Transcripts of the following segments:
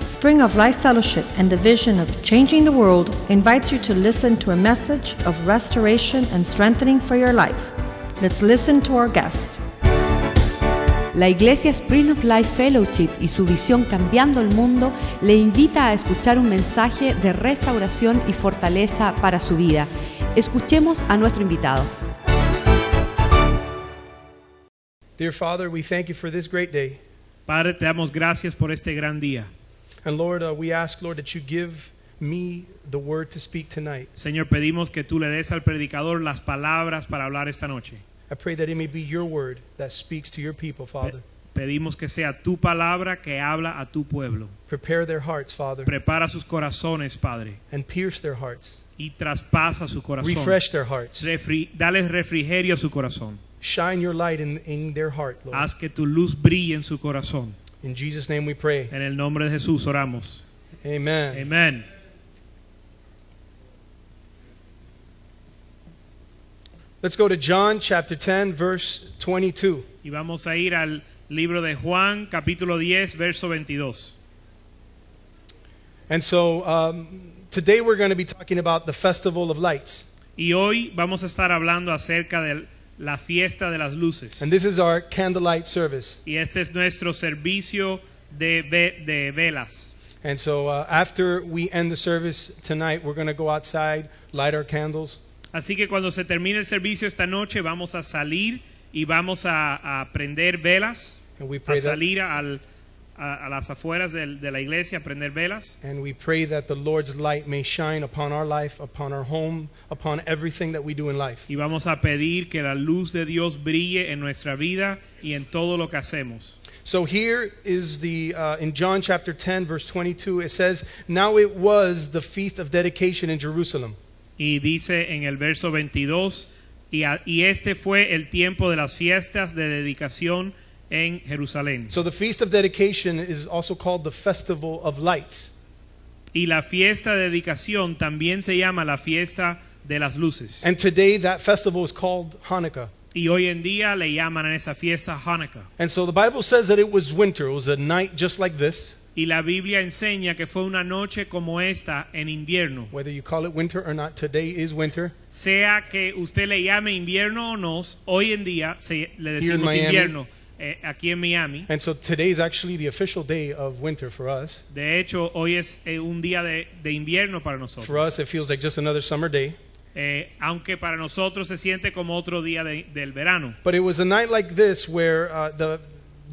Spring of Life Fellowship and the vision of changing the world invites you to listen to a message of restoration and strengthening for your life. Let's listen to our guest. La Iglesia Spring of Life Fellowship y su visión Cambiando el Mundo le invita a escuchar un mensaje de restauración y fortaleza para su vida. Escuchemos a nuestro invitado. Dear Father, we thank you for this great day. Padre, te damos gracias por este gran día. And Lord, uh, we ask, Lord, that you give me the word to speak tonight. Señor, pedimos que tú le des al predicador las palabras para hablar esta noche. I pray that it may be your word that speaks to your people, Father. Pedimos que sea tu palabra que habla a tu pueblo. Prepare their hearts, Father, Prepara sus corazones, Padre, and pierce their hearts. y traspasa su corazón. Refresh their hearts. Refri- dale refrigerio a su corazón. Shine your light in, in their heart, Lord. Haz que tu luz brille en su corazón. In Jesus' name we pray. En el nombre de Jesús oramos. Amen. Amén. Let's go to John chapter 10, verse 22. Y vamos a ir al libro de Juan, capítulo 10, verso 22. And so um, today we're going to be talking about the Festival of Lights. Y hoy vamos a estar hablando acerca de la fiesta de las luces. And this is our candlelight service. Y este es nuestro servicio de, ve- de velas. And so uh, after we end the service tonight, we're going to go outside, light our candles, Así que cuando se termine el servicio esta noche vamos a salir y vamos a, a prender velas, and we pray a that salir al- a, a las afueras del- de, la iglesia a prender velas. And we pray that the Lord's light may shine upon our life, upon our home, upon everything that we do in life. Y vamos a pedir que la luz de Dios brille en nuestra vida y en todo lo que hacemos. So here is the, uh, in John chapter 10, verse 22, it says, Now it was the feast of dedication in Jerusalem. Y dice en el verso 22, y, a- y este fue el tiempo de las fiestas de dedicación en Jerusalén. So the feast of dedication is also called the festival of lights. Y la fiesta de dedicación también se llama la fiesta de las luces. And today that festival is called Hanukkah. Y hoy en día le llaman a esa fiesta Hanukkah. And so the Bible says that it was winter. It was a night just like this, Y la Biblia enseña que fue una noche como esta en invierno. whether you call it winter or not. Today is winter. Sea que usted le llame invierno o no, hoy en día se, le Here in decimos Miami. invierno eh, aquí en Miami. And so today is actually the official day of winter for us. De hecho, hoy es eh, un día de, de invierno para For nosotros. us, it feels like just another summer day. Eh, aunque para nosotros se siente como otro día de- del verano. But it was a night like this where uh, the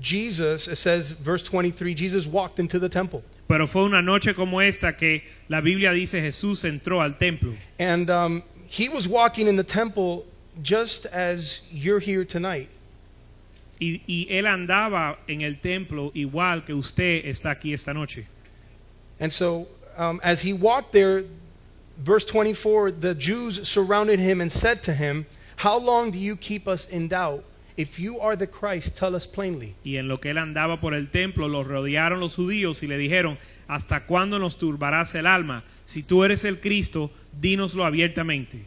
Jesus, it says, verse 23, Jesus walked into the temple. Pero fue una noche como esta que la Biblia dice Jesús entró al templo. And um, he was walking in the temple just as you're here tonight. Y, y él andaba en el templo igual que usted está aquí esta noche. And so um, as he walked there, verse 24, the Jews surrounded him and said to him, How long do you keep us in doubt? If you are the Christ, tell us plainly. Y en lo que él andaba por el templo, los rodearon los judíos y le dijeron, ¿hasta cuándo nos turbarás el alma? Si tú eres el Cristo, dínoslo abiertamente.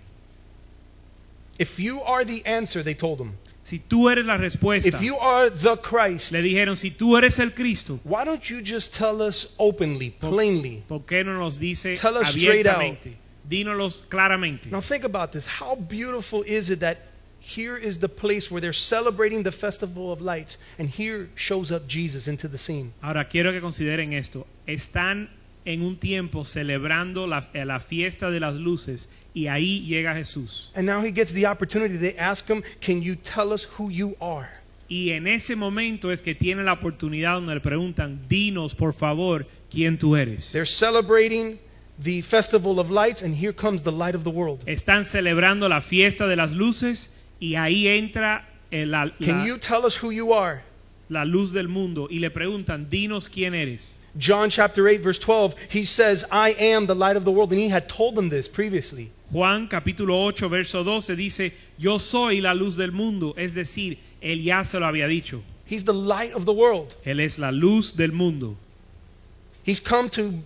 If you are the answer, they told him. Si tú eres la respuesta, If you are the Christ, le dijeron, si tú eres el Cristo, why don't you just tell us openly, Po- plainly? ¿por qué no nos dice Tell us straight out. abiertamente? Dínoslo claramente. Now think about this. How beautiful is it that here is the place where they're celebrating the festival of lights and here shows up Jesus into the scene. Ahora quiero que consideren esto. Están en un tiempo celebrando la, eh, la fiesta de las luces y ahí llega Jesús. And now he gets the opportunity. They ask him, "Can you tell us who you are?" Y en ese momento es que tiene la oportunidad donde le preguntan, dinos por favor quién tú eres. They're celebrating the festival of lights and here comes the light of the world. Están celebrando la fiesta de las luces y ahí entra eh, la, "Can la- you tell us who you are?" la luz del mundo y le preguntan, dinos quién eres. John chapter 8 verse 12, he says, "I am the light of the world." And he had told them this previously. Juan capítulo 8, verso 12 dice, yo soy la luz del mundo, es decir, él ya se lo había dicho. He's the light of the world. Él es la luz del mundo. He's come to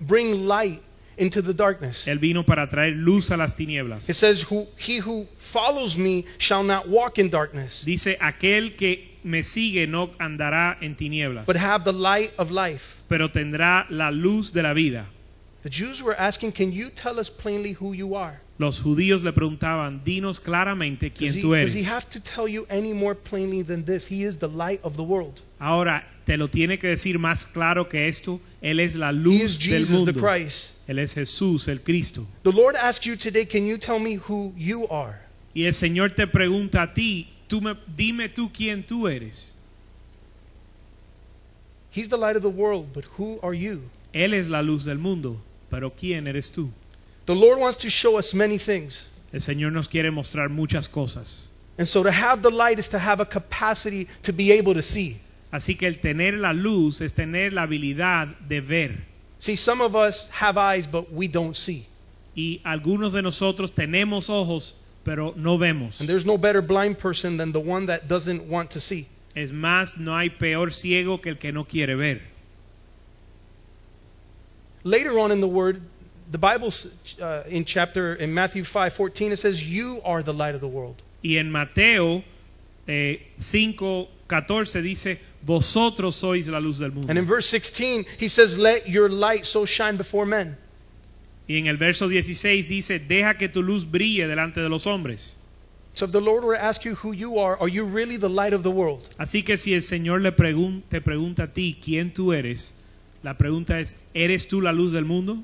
bring light into the darkness. Él vino para traer luz a las It tinieblas. says, who, He who follows me shall not walk in darkness, Dice, aquel que me sigue no andará en tinieblas, but have the light of life. pero tendrá la luz de la vida. The Jews were asking, Can you tell us plainly who you are? Los judíos le preguntaban, dinos claramente Does quién he, tú does he eres. have to tell you any more plainly than this? He is the light of the world. Ahora te lo tiene que decir más claro que esto. Él es la He is luz del Jesus the mundo. Christ. Él es Jesús, el Cristo. The Lord asks you today, Can you tell me who you are? Y el Señor te pregunta a ti, tú me, dime tú quién tú eres. He's the light of the world, but who are you? Él es la luz del mundo, pero ¿quién eres tú? The Lord wants to show us many things. El Señor nos quiere mostrar muchas cosas. And so to have the light is to have a capacity to be able to see. Así que el tener la luz es tener la habilidad de ver. See, some of us have eyes, but we don't see. Y algunos de nosotros tenemos ojos, pero no vemos. And there's no better blind person than the one that doesn't want to see. Es más, no hay peor ciego que el que no quiere ver. Later on in the Word, the Bible uh, in chapter in Matthew 5 14, it says, You are the light of the world. Y en Mateo eh, 5, 14 dice, vosotros sois la luz del mundo. And in verse 16, he says, Let your light so shine before men. Y en el verso 16 dice, deja que tu luz brille delante de los hombres. So if the Lord were to ask you who you are, are you really the light of the world? Así que si el Señor le pregun- te pregunta a ti quién tú eres, la pregunta es, ¿eres tú la luz del mundo?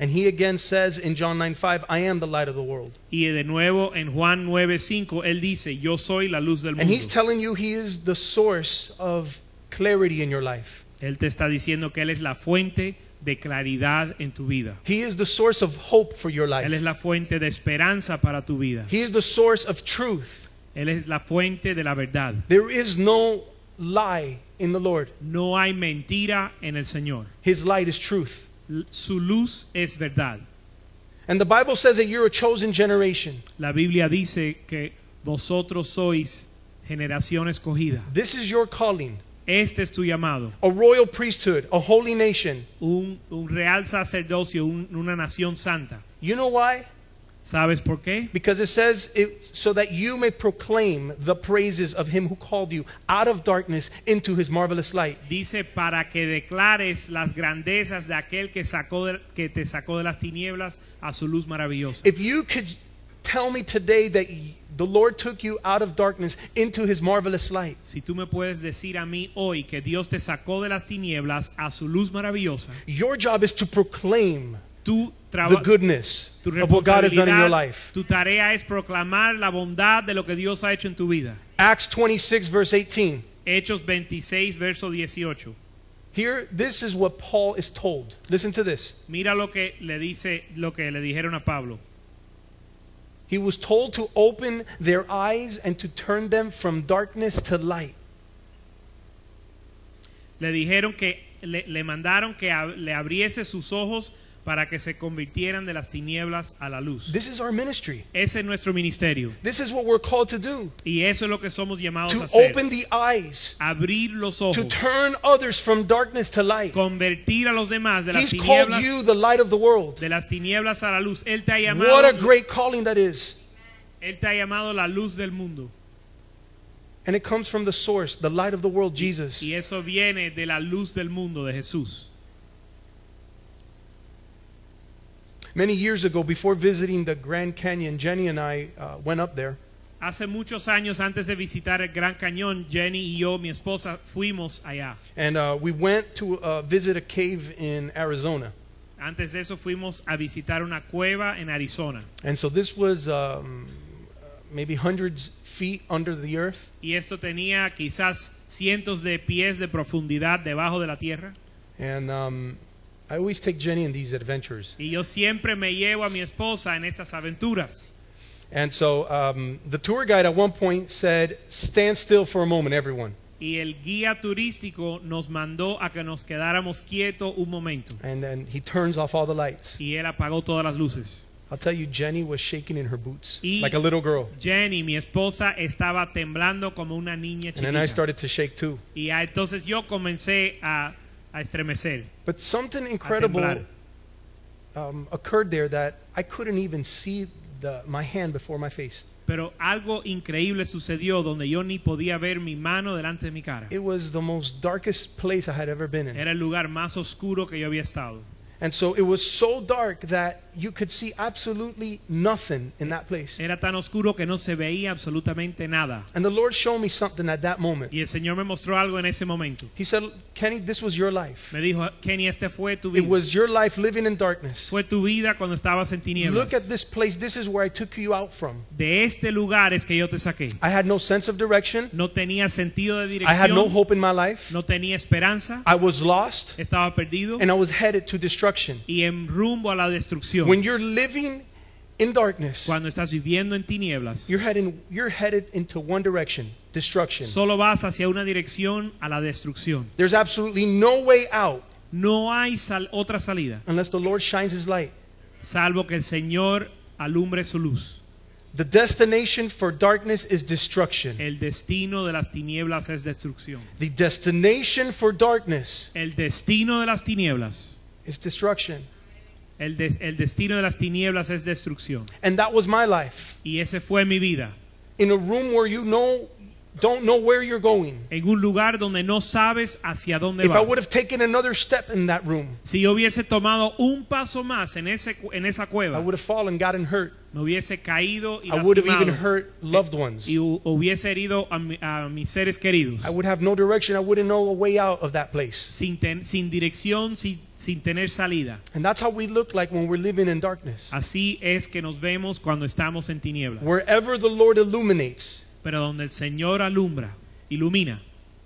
And he again says in John 9 5, I am the light of the world. Y de nuevo en Juan 9:5 él dice, yo soy la luz del And he's mundo. telling you he is the source of clarity in your life. Él te está diciendo que él es la fuente de claridad en tu vida. He is the source of hope for your Él life. es la fuente de esperanza para tu vida. He is the source of truth. Él es la fuente de la verdad. There is no lie in the Lord. No hay mentira en el Señor. His light is truth. L- Su luz es verdad. And the Bible says that you're a chosen generation. La Biblia dice que vosotros sois generación escogida. This is your calling, Este es tu llamado. a royal priesthood, a holy nation. Un, un real sacerdocio, un- una nación santa. You know why? ¿Sabes por qué? Because it says, it, so that you may proclaim the praises of him who called you out of darkness into his marvelous light. Dice para que declares las grandezas de aquel que, sacó de- que te sacó de las tinieblas a su luz maravillosa. If you could tell me today that y- the Lord took you out of darkness into his marvelous light, Si tú me puedes decir a mí hoy que Dios te sacó de las tinieblas a su luz maravillosa, your job is to proclaim tu the trabajo goodness tu of what God has done in your responsabilidad, life. tu tarea es proclamar la bondad de lo que Dios ha hecho en tu vida. Acts 26, verse 18. Hechos 26, verso 18. Here, this is what Paul is told. Listen to this. Mira lo que le dice, lo que le dijeron a Pablo. He was told to open their eyes and to turn them from darkness to light. Le dijeron que le, le mandaron que ab- le abriese sus ojos para que se convirtieran de las tinieblas a la luz. This is our ministry. Ese es nuestro ministerio This is what we're called to do y eso es lo que somos llamados a to hacer. open the eyes, Abrir los to ojos, turn others from darkness to light. convertir a los demás de las He's called tinieblas you the light of the world. de las tinieblas a la luz. Él te ha What a llamado, great calling that is. él te ha llamado la luz del mundo. And it comes from the source, the light of the world, Jesus. Y eso viene de la luz del mundo de Jesús. Many years ago, before visiting the Grand Canyon, Jenny and I uh, went up there. Hace muchos años antes de visitar el Gran Cañón, Jenny y yo, mi esposa, fuimos allá. And uh, we went to uh, visit a cave in Arizona. Antes de eso fuimos a visitar una cueva en Arizona. And so this was um, maybe hundreds feet under the earth. Y esto tenía quizás cientos de pies de profundidad debajo de la tierra. And um, I always take Jenny in these adventures. Y yo siempre me llevo a mi esposa en estas aventuras. And so um, the tour guide at one point said, Stand still for a moment, everyone. Y el guía turístico nos mandó a que nos quedáramos quietos un momento. And then he turns off all the lights. Y él apagó todas las luces. I'll tell you, Jenny was shaking in her boots Y- like a little girl. Jenny, mi esposa, estaba temblando como una niña And then I chiquita. started to shake too. Y ah, entonces yo comencé a, a estremecer. But something incredible temblar. um, occurred there that I couldn't even see the, my hand before my face. Pero algo increíble sucedió donde yo ni podía ver mi mano delante de mi cara. It was the most darkest place I had ever been in. Era el lugar más oscuro que yo había estado. And so it was so dark that you could see absolutely nothing in that place. Era tan oscuro que no se veía absolutamente nada. And the Lord showed me something at that moment. Y el Señor me mostró algo en ese momento. He said, Kenny, this was your life. Me dijo, Kenny, este fue tu It vida. was your life living in darkness. Fue tu vida cuando estabas Look en at tinieblas. this place. This is where I took you out from. De este lugar es que yo te saqué. I had no sense of direction. No tenía sentido de I had no dirección. hope in my life. No tenía esperanza. I was lost Estaba perdido and I was headed to destruction. y en rumbo a la destrucción. When you're living in darkness, Cuando estás viviendo en tinieblas, you're heading you're headed into one direction, destruction. solo vas hacia una dirección a la destrucción. There's absolutely no way out No hay sal- otra salida, unless the Lord shines his light. salvo que el Señor alumbre su luz. The destination for darkness is destruction. El destino de las tinieblas es destrucción. The destination for darkness El destino de las tinieblas. is destruction. El, de- el destino de las tinieblas es destrucción. And that was my life. Y ese fue mi vida. In a room where you know don't know where you're going. En un lugar donde no sabes hacia dónde If I vas. would have taken another step in that room, Si yo hubiese tomado un paso más en, ese, cu- en esa I cueva, would have fallen, gotten hurt. me hubiese caído y I would have even lastimado. hurt loved ones. y hu- hubiese herido a, mi- a mis seres queridos I would have no direction. I wouldn't know a way out of that place. sin, ten- sin dirección, sin, sin tener salida. And that's how we look like when we're living in darkness. Así es que nos vemos cuando estamos en tinieblas. Wherever the Lord illuminates, Pero donde el Señor alumbra, ilumina,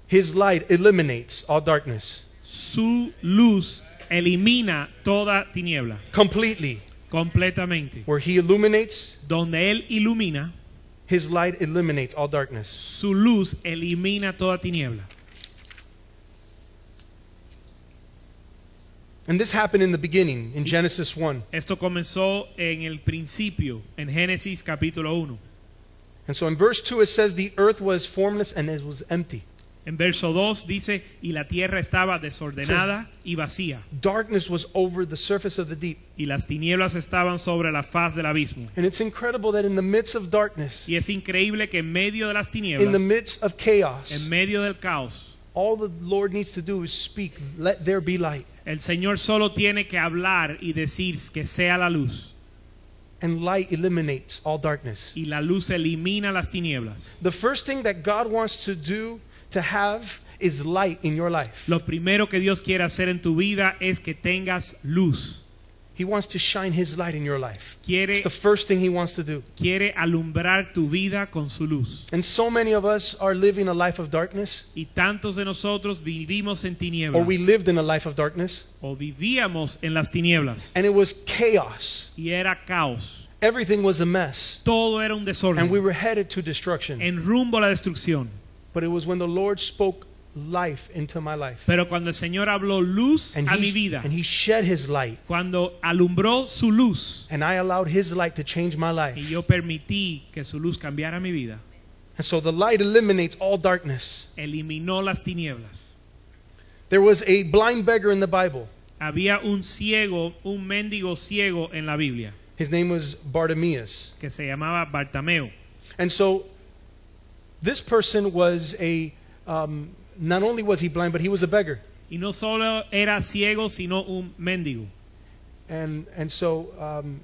His light eliminates all darkness su luz elimina toda tiniebla completely. completamente. Where He illuminates, Donde Él ilumina, His light eliminates all darkness. su luz elimina toda tiniebla. And this happened in the beginning, in Genesis 1. Esto comenzó en el principio, en Génesis capítulo 1. And so in verse 2, it says, The earth was formless and it was empty. En verso 2 dice, y la tierra estaba desordenada y vacía, Darkness was over the surface of the deep. y las tinieblas estaban sobre la faz del abismo. And it's incredible that in the midst of darkness, Y es increíble que en medio de las in the tinieblas, midst of chaos, en medio del caos, all the Lord needs to do is speak, Let there be light. el Señor solo tiene que hablar y decir que sea la luz, and light eliminates all darkness. y la luz elimina las tinieblas. The first thing that God wants to do to have is light in your life. Lo primero que Dios quiere hacer en tu vida es que tengas luz. He wants to shine his light in your life. It's Quiere, the first thing he wants to do. quiere alumbrar tu vida con su luz. And so many of us are living a life of darkness Y tantos de nosotros vivimos en or we tinieblas. lived in a life of darkness o vivíamos en las tinieblas and it was chaos. y era caos. Everything was a mess Todo era un desorden and we were headed to destruction. en rumbo a la destrucción. But it was when the Lord spoke life into my life Pero cuando el Señor habló luz and a mi he, vida, and he shed his light cuando alumbró su luz and I allowed his light to change my y life. yo permití que su luz cambiara mi vida, And so the light eliminates all darkness. eliminó las tinieblas. There was a blind beggar in the Bible. Había un ciego, un mendigo ciego en la Biblia His name was Bartimaeus. que se llamaba Bartameo. And so this person was a, um, not only was he blind, but he was a beggar. Y no solo era ciego, sino un mendigo. And, and so um,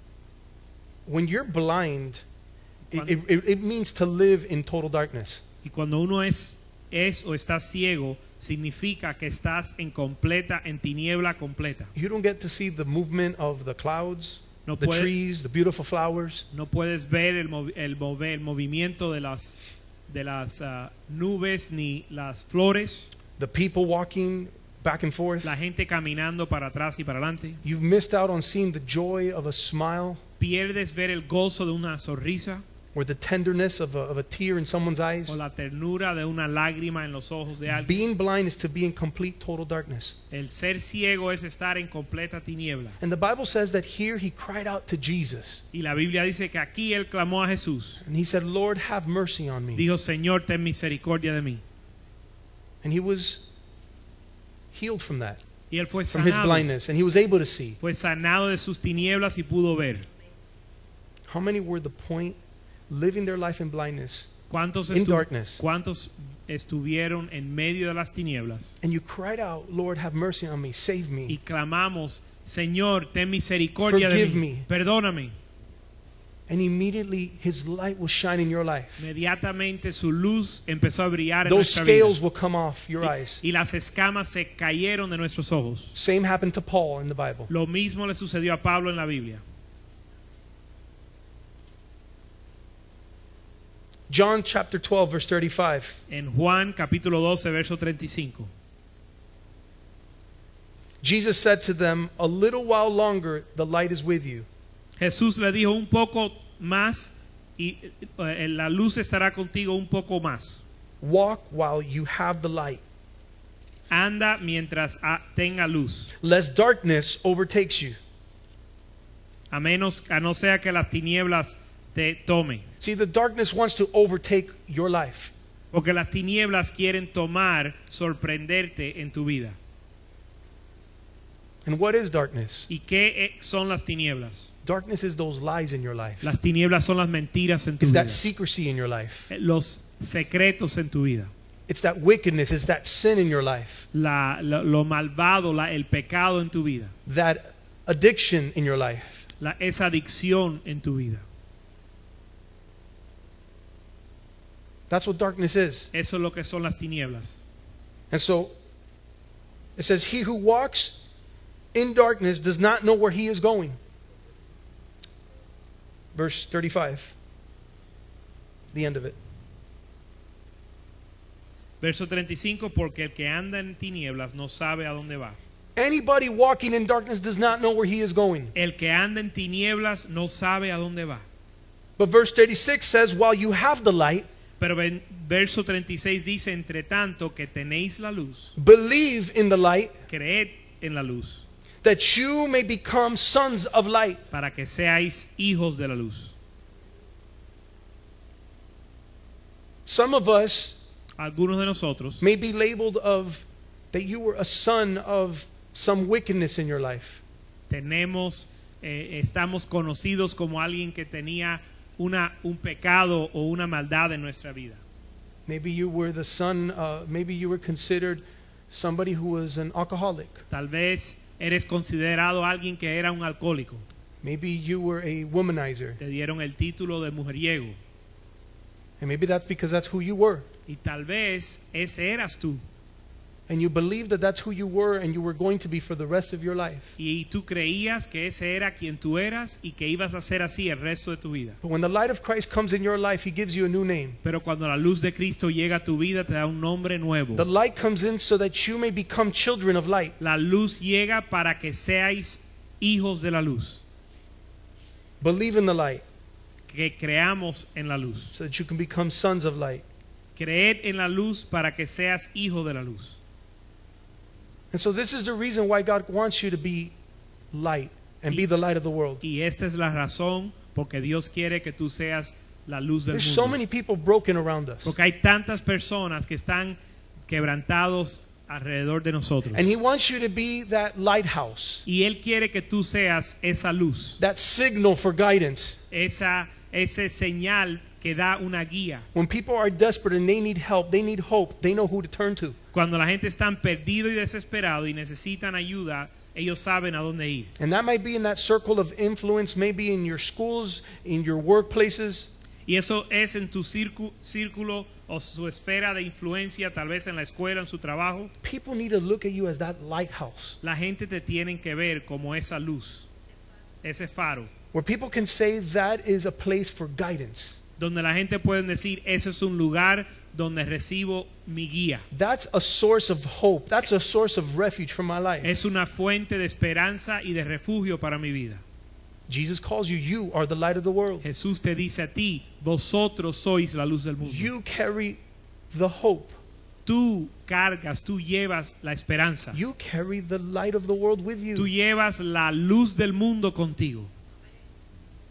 when you're blind, it, it- it, it means to live in total darkness. Y cuando uno es, es o está ciego, significa que estás en completa, en tiniebla completa. You don't get to see the movement of the clouds, No the puede- trees, the beautiful flowers. No puedes ver el, mov- el, move- el movimiento de las, de las ah, nubes ni las flores, The people walking back and forth. la gente caminando para atrás y para adelante. You've missed out on seeing the joy of a smile Pierdes ver el gozo de una sonrisa or the tenderness of a, of a tear in someone's eyes. o la ternura de una lágrima en los ojos de alguien. Being blind is to be in complete total darkness. El ser ciego es estar en completa tiniebla. And the Bible says that here he cried out to Jesus Y la Biblia dice que aquí él clamó a Jesús. and he said, Lord, have mercy on me. Dijo, Señor, ten misericordia de mí. And he was healed from that, Y él fue from his sanado. blindness, and he was able to see. Fue sanado de sus tinieblas y pudo ver. How many were the point living their life in blindness, ¿Cuántos, In estu- darkness. cuántos estuvieron en medio de las tinieblas? and you cried out, Lord, have mercy on me, save Y me. clamamos, Señor, ten misericordia de Forgive mí. me. Perdóname. And immediately his light will shine in your life. Inmediatamente su luz empezó a brillar en Those nuestra vida. scales will come off your eyes. Y, y las escamas se cayeron de nuestros ojos. Same happened to Paul in the Bible. Lo mismo le sucedió a Pablo en la Biblia. John chapter 12, verse 35. En Juan capítulo 12, verso 35. Jesus said to them, A little while longer the light is with you. Jesús le dijo un poco más y eh, la luz estará contigo un poco más. Walk while you have the light, Anda mientras ah, tenga luz, lest darkness overtakes you. a menos a no sea que las tinieblas te tomen, See, the darkness wants to overtake your life. porque las tinieblas quieren tomar, sorprenderte en tu vida. And what is darkness? ¿Y qué eh, son las tinieblas? Darkness is those lies in your life, Las tinieblas son las mentiras en tu it's vida, that secrecy in your life, eh, los secretos en tu vida, it's that wickedness, it's that sin in your life, la- la- lo malvado, la- el pecado en tu vida, that addiction in your life. la- esa adicción en tu vida. That's what darkness is. Eso es lo que son las tinieblas. And so it says, He who walks in darkness does not know where he is going. Verse 35, the end of it. Verso 35, porque el que anda en tinieblas no sabe a dónde va. Anybody walking in darkness does not know where he is going. El que anda en tinieblas no sabe a dónde va. But verse 36 says, While you have the light, Pero ven- verso 36 dice, entre tanto que tenéis la luz, believe in the light, creed en la luz, that you may become sons of light. para que seáis hijos de la luz. Some of us Algunos de nosotros may be labeled of that you were a son of some wickedness in your life. tenemos, eh, estamos conocidos como alguien que tenía una, un pecado o una maldad en nuestra vida. Maybe you were the son, uh, maybe you were considered somebody who was an alcoholic. Tal vez eres considerado alguien que era un alcohólico. Maybe you were a womanizer. Te dieron el título de mujeriego. And maybe that's because that's who you were. Y tal vez ese eras tú. And you believed that that's who you were and you were going to be for the rest of your life. Y tú creías que ese era quien tú eras y que ibas a ser así el resto de tu vida. But when the light of Christ comes in your life, he gives you a new name. Pero cuando la luz de Cristo llega a tu vida, te da un nombre nuevo. The light comes in so that you may become children of light. La luz llega para que seáis hijos de la luz, Believe in the light que creamos en la luz. so that you can become sons of light. Creed en la luz para que seas hijo de la luz. And so this is the reason why God wants you to be light and be the light of the world. Y esta es la razón porque Dios quiere que tú seas la luz del There's so mundo. many people broken around us. Porque hay tantas personas que están quebrantados alrededor de nosotros. And he wants you to be that lighthouse, Y Él quiere que tú seas esa luz, that signal for guidance. esa ese señal que da una guía. When people are desperate and they need help, they need hope, they know who to turn to. Cuando la gente está perdido y desesperado y necesitan ayuda, ellos saben a dónde ir. And that might be in that circle of influence, maybe in your schools, in your workplaces, Y eso es en tu circu- círculo o su esfera de influencia, tal vez en la escuela, en su trabajo. people need to look at you as that lighthouse La gente te tiene que ver como esa luz, ese faro, where people can say that is a place for guidance. donde la gente puede decir, eso es un lugar donde recibo mi guía. That's a source of hope. That's a source of refuge for my life. Es una fuente de esperanza y de refugio para mi vida. Jesus calls you, you are the light of the world. Jesús te dice a ti, vosotros sois la luz del mundo. You carry the hope. tú cargas, tú llevas la esperanza. You carry the light of the world with tú you. llevas la luz del mundo contigo.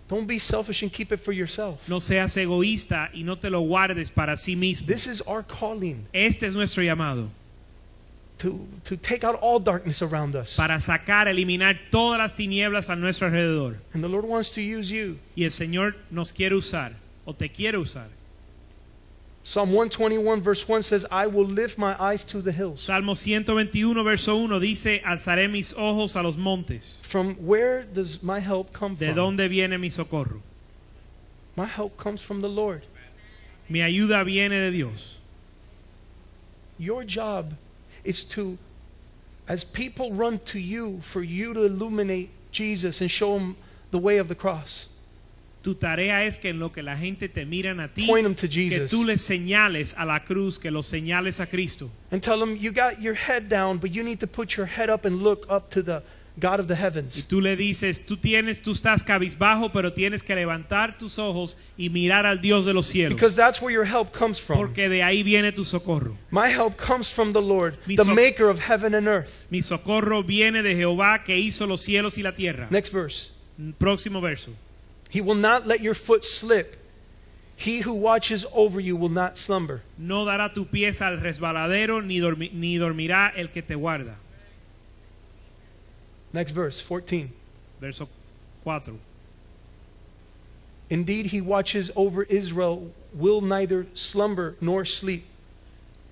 Don't be selfish and keep it for yourself. No seas egoísta y no te lo guardes para sí mismo. This is our calling este es nuestro llamado to, to take out all darkness around us. para sacar, eliminar todas las tinieblas a nuestro alrededor. And the Lord wants to use you. Y el Señor nos quiere usar o o te quiere usar. Psalm 121, verse 1 says, I will lift my eyes to the hills. Salmo 121, verso 1 dice, alzaré mis ojos a los montes. From where does my help come ¿De from? dónde viene mi socorro? My help comes from the Lord. Mi ayuda viene de Dios. Your job is to, as people run to you, for you to illuminate Jesus and show them the way of the cross. Tu tarea es que en lo que la gente te miran a ti, Point them to que Jesus tú les señales a la cruz, que los señales a Cristo. and tell them, You got your head down, but you need to put your head up and look up to the God of the Y heavens. tú le dices, tú tienes, tú estás cabizbajo, pero tienes que levantar tus ojos y mirar al Dios de los cielos, Because that's where your help comes from. porque de ahí viene tu socorro. My help comes from the Lord, Mi the so- maker of heaven and earth. Mi socorro viene de Jehová que hizo los cielos y la tierra. Next verse. Próximo verso. He will not let your foot slip. He who watches over you will not slumber. No dará tu pieza al resbaladero, ni, dormi- ni dormirá el que te guarda. Next verse, 14. Verso 4. Indeed, he watches over Israel, will neither slumber nor sleep.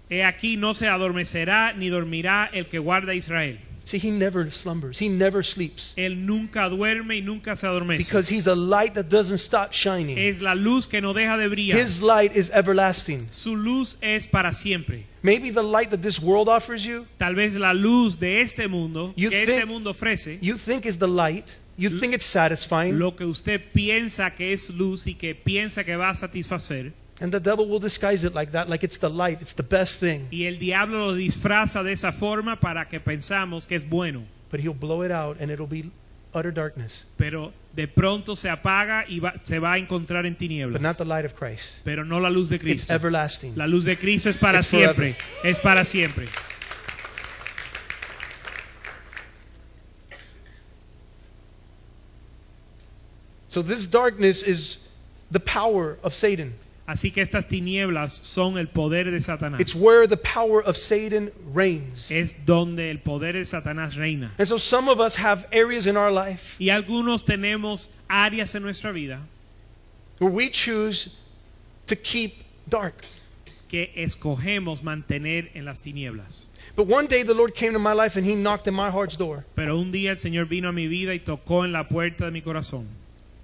He aquí no se adormecerá, ni dormirá el que guarda a Israel. See, he never slumbers, he never sleeps. Él nunca duerme y nunca se adormece. Because he's a light that doesn't stop shining. es la luz que no deja de brillar. His light is everlasting. Su luz es para siempre. Maybe the light that this world offers you, Tal vez la luz de este mundo, You que este think- mundo ofrece, you think is the light, you think it's satisfying, lo que usted piensa que es luz y que piensa que va a satisfacer, and the devil will disguise it like that, like it's the light, it's the best thing. y el diablo lo disfraza de esa forma para que pensamos que es bueno, But he'll blow it out and it'll be utter darkness, pero de pronto se apaga y va- se va a encontrar en but tinieblas, not the light of Christ. pero no la luz de It's Cristo. everlasting. La luz de Cristo es para It's siempre, forever. es para siempre. So this darkness is the power of Satan. Así que estas tinieblas son el poder de Satanás. It's where the power of Satan reigns. Es donde el poder de Satanás reina. And so some of us have areas in our life Y algunos tenemos áreas en nuestra vida where we choose to keep dark. que escogemos mantener en las tinieblas. But one day the Lord came to my life and he knocked at my heart's door Pero un día el Señor vino a mi vida y tocó en la puerta de mi corazón.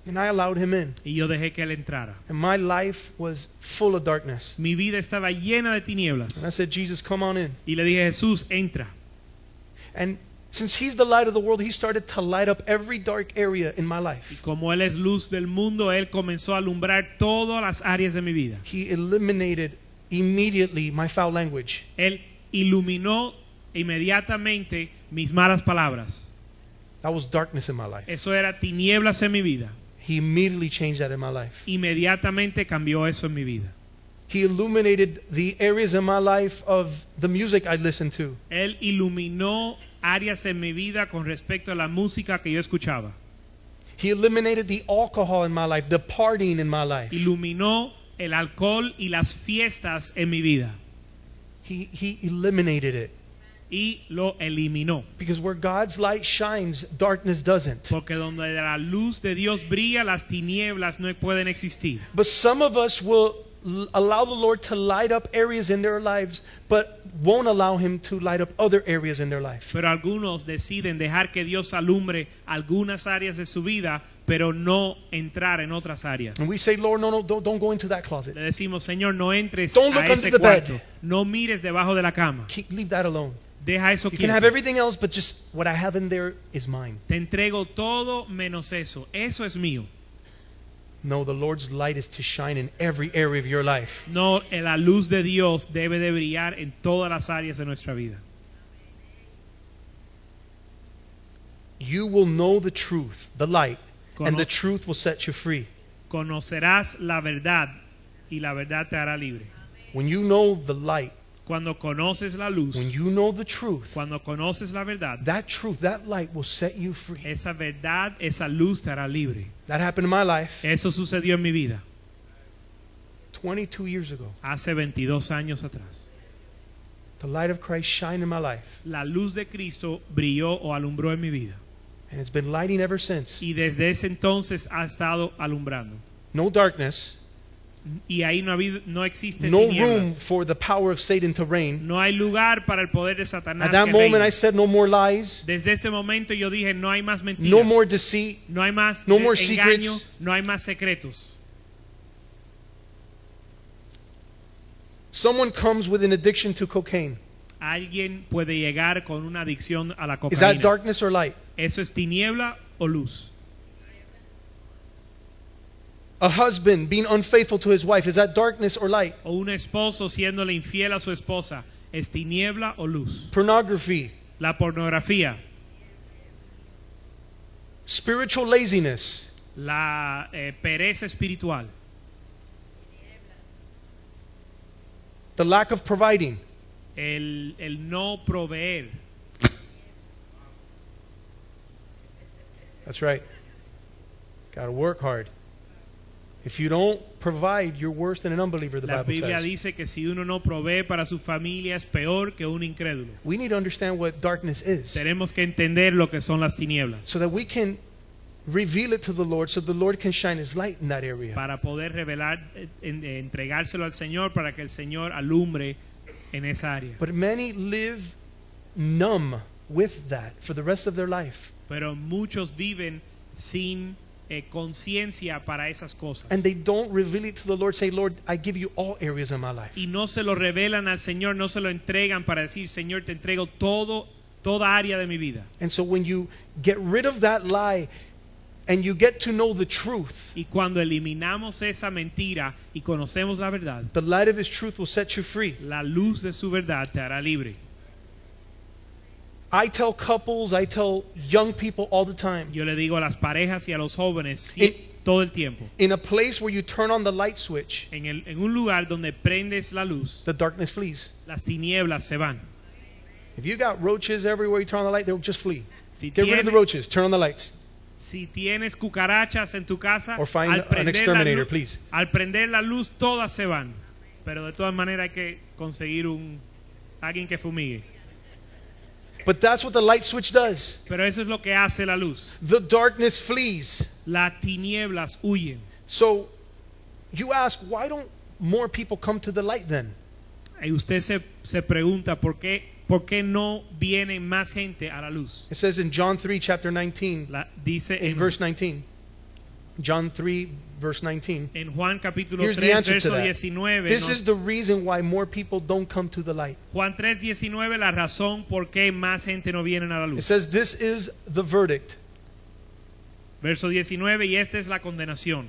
and I allowed him in. Y yo dejé que Él entrara. And my life was full of darkness. Mi vida estaba llena And de I tinieblas. said, Jesus, come on in. Y le dije, Jesús, entra. And since he's the light of the world, he started to light up every dark area in my Y life. como Él es luz del mundo, Él comenzó a alumbrar todas las áreas de mi vida. He eliminated immediately my foul language. Él iluminó inmediatamente mis malas palabras. That was darkness in my life. Eso era tinieblas en mi vida. He immediately changed that in my life. Inmediatamente cambió eso en mi vida. He illuminated the areas in my life of the music I listened to. Él iluminó áreas en mi vida con respecto a la música que yo escuchaba. He eliminated the alcohol in my life, the partying in my life. Iluminó el alcohol y las fiestas en mi vida. He, he eliminated it. Y lo eliminó. Because where God's light shines, darkness doesn't. Porque donde la luz de Dios brilla, las tinieblas no pueden existir. But some of us will l- allow the Lord to light up areas in their lives, but won't allow Him to light up other areas in their life. Pero algunos deciden dejar que Dios alumbre algunas áreas de su vida, pero no entrar en otras áreas. And we say, Lord, no, no, don't, don't go into that Le closet. decimos, Señor, no entres Don't a look ese under the bed. cuarto. No mires debajo de la cama. Keep, leave that alone. Deja eso You can quieto. have everything else, but just what I have in there is mine. Te entrego todo menos eso. Eso es mío. No, the Lord's light is to shine in every area of your life. No, eh, la luz de Dios debe de brillar en todas las áreas de nuestra vida. You will know the truth, the light, Cono- and the truth will set you free. Conocerás la verdad y la verdad te hará libre. When you know the light, Cuando conoces la luz, when you know the truth, cuando conoces la verdad, that truth, that light will set you free. esa verdad, esa luz te hará libre. That happened in my life Eso sucedió en mi vida 22 years ago. hace 22 años atrás. The light of Christ shined in my life, La luz de Cristo brilló o alumbró en mi vida. and it's been E- lighting ever since. Y desde ese entonces ha estado alumbrando. No darkness, y ahí no, ha habido- no existe no room tinieblas. for the power of Satan to reign. No hay lugar para el poder de Satanás At that que moment, reine. I said, No more lies, Desde ese momento yo dije, no hay más mentiras. no more deceit. no hay más no eh, more engaño, secrets. no hay más secretos. Someone comes with an addiction to cocaine. Alguien puede llegar con una adicción a la Is cocaína. that darkness or light? ¿Eso es tiniebla o luz? A husband being unfaithful to his wife, is that darkness or light? ¿O un esposo siéndole infiel a su esposa? ¿Es tiniebla o luz? Pornography, La pornografía, spiritual laziness, la eh, pereza espiritual, the lack of providing, el, el no proveer, That's right. Got to work hard. If you don't provide, you're worse than an unbeliever, the La Bible Biblia says. dice que si uno no provee para su familia es peor que un incrédulo. We need to understand what darkness is Tenemos que entender lo que son las tinieblas so that we can reveal it to the Lord so the Lord can shine his light in that area. para poder revelar, eh, en- eh, entregárselo al Señor para que el Señor alumbre en esa área. But many live numb with that for the rest of their life. Pero muchos viven sin eh, conciencia para esas cosas And they don't reveal it to the Lord, say, Lord, I give you all areas of my life. y no se lo revelan al Señor, no se lo entregan para decir Señor te entrego todo, toda área de mi vida. And so when you get rid of that lie and you get to know the truth, Y cuando eliminamos esa mentira y conocemos la verdad, the light of his truth will set you free. la luz de su verdad te hará libre. I tell couples, I tell young people all the time Yo le digo a las parejas y a los jóvenes sí, Eh. todo el tiempo. in a place where you turn on the light switch, En, el- en un lugar donde prendes la luz, the darkness flees. las tinieblas se van. If you got roaches everywhere you turn on the light, they'll just flee. Si, Get rid of the tiene- roaches, turn on the lights, si tienes cucarachas en tu casa, or find al an prender, la exterminator, luz, please. al prender la luz todas se van. Pero de todas maneras hay que conseguir un alguien que fumigue. But that's what the light switch does. Pero eso es lo que hace la luz. The darkness flees. Las tinieblas huyen. So you ask, why don't more people come to the light then? Y usted se, se pregunta por qué, por qué no viene más gente a la luz. It says in John 3, chapter 19, La- dice in en, verse 19. John 3, verse 19. en Juan capítulo Here's the 3, answer to verso that. 19. This nos- is the reason why more people don't come to the light. Juan 3, 19, la razón por qué más gente no viene a la It luz. says, This is the verdict. Verso 19, y esta es la condenación.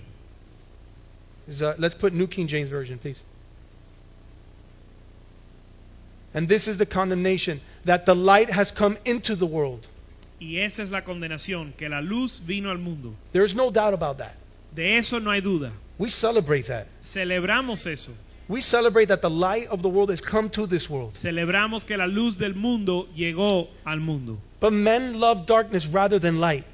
Is, uh, let's put New King James Version, please. And this is the condemnation that the light has come into the world. Y esa es la condenación, que la luz vino al mundo. There's no doubt about that. De eso no hay duda. We celebrate that. Celebramos eso. We celebrate that the light of the world has come to this world. Celebramos que la luz del mundo llegó al mundo. But men love darkness rather than light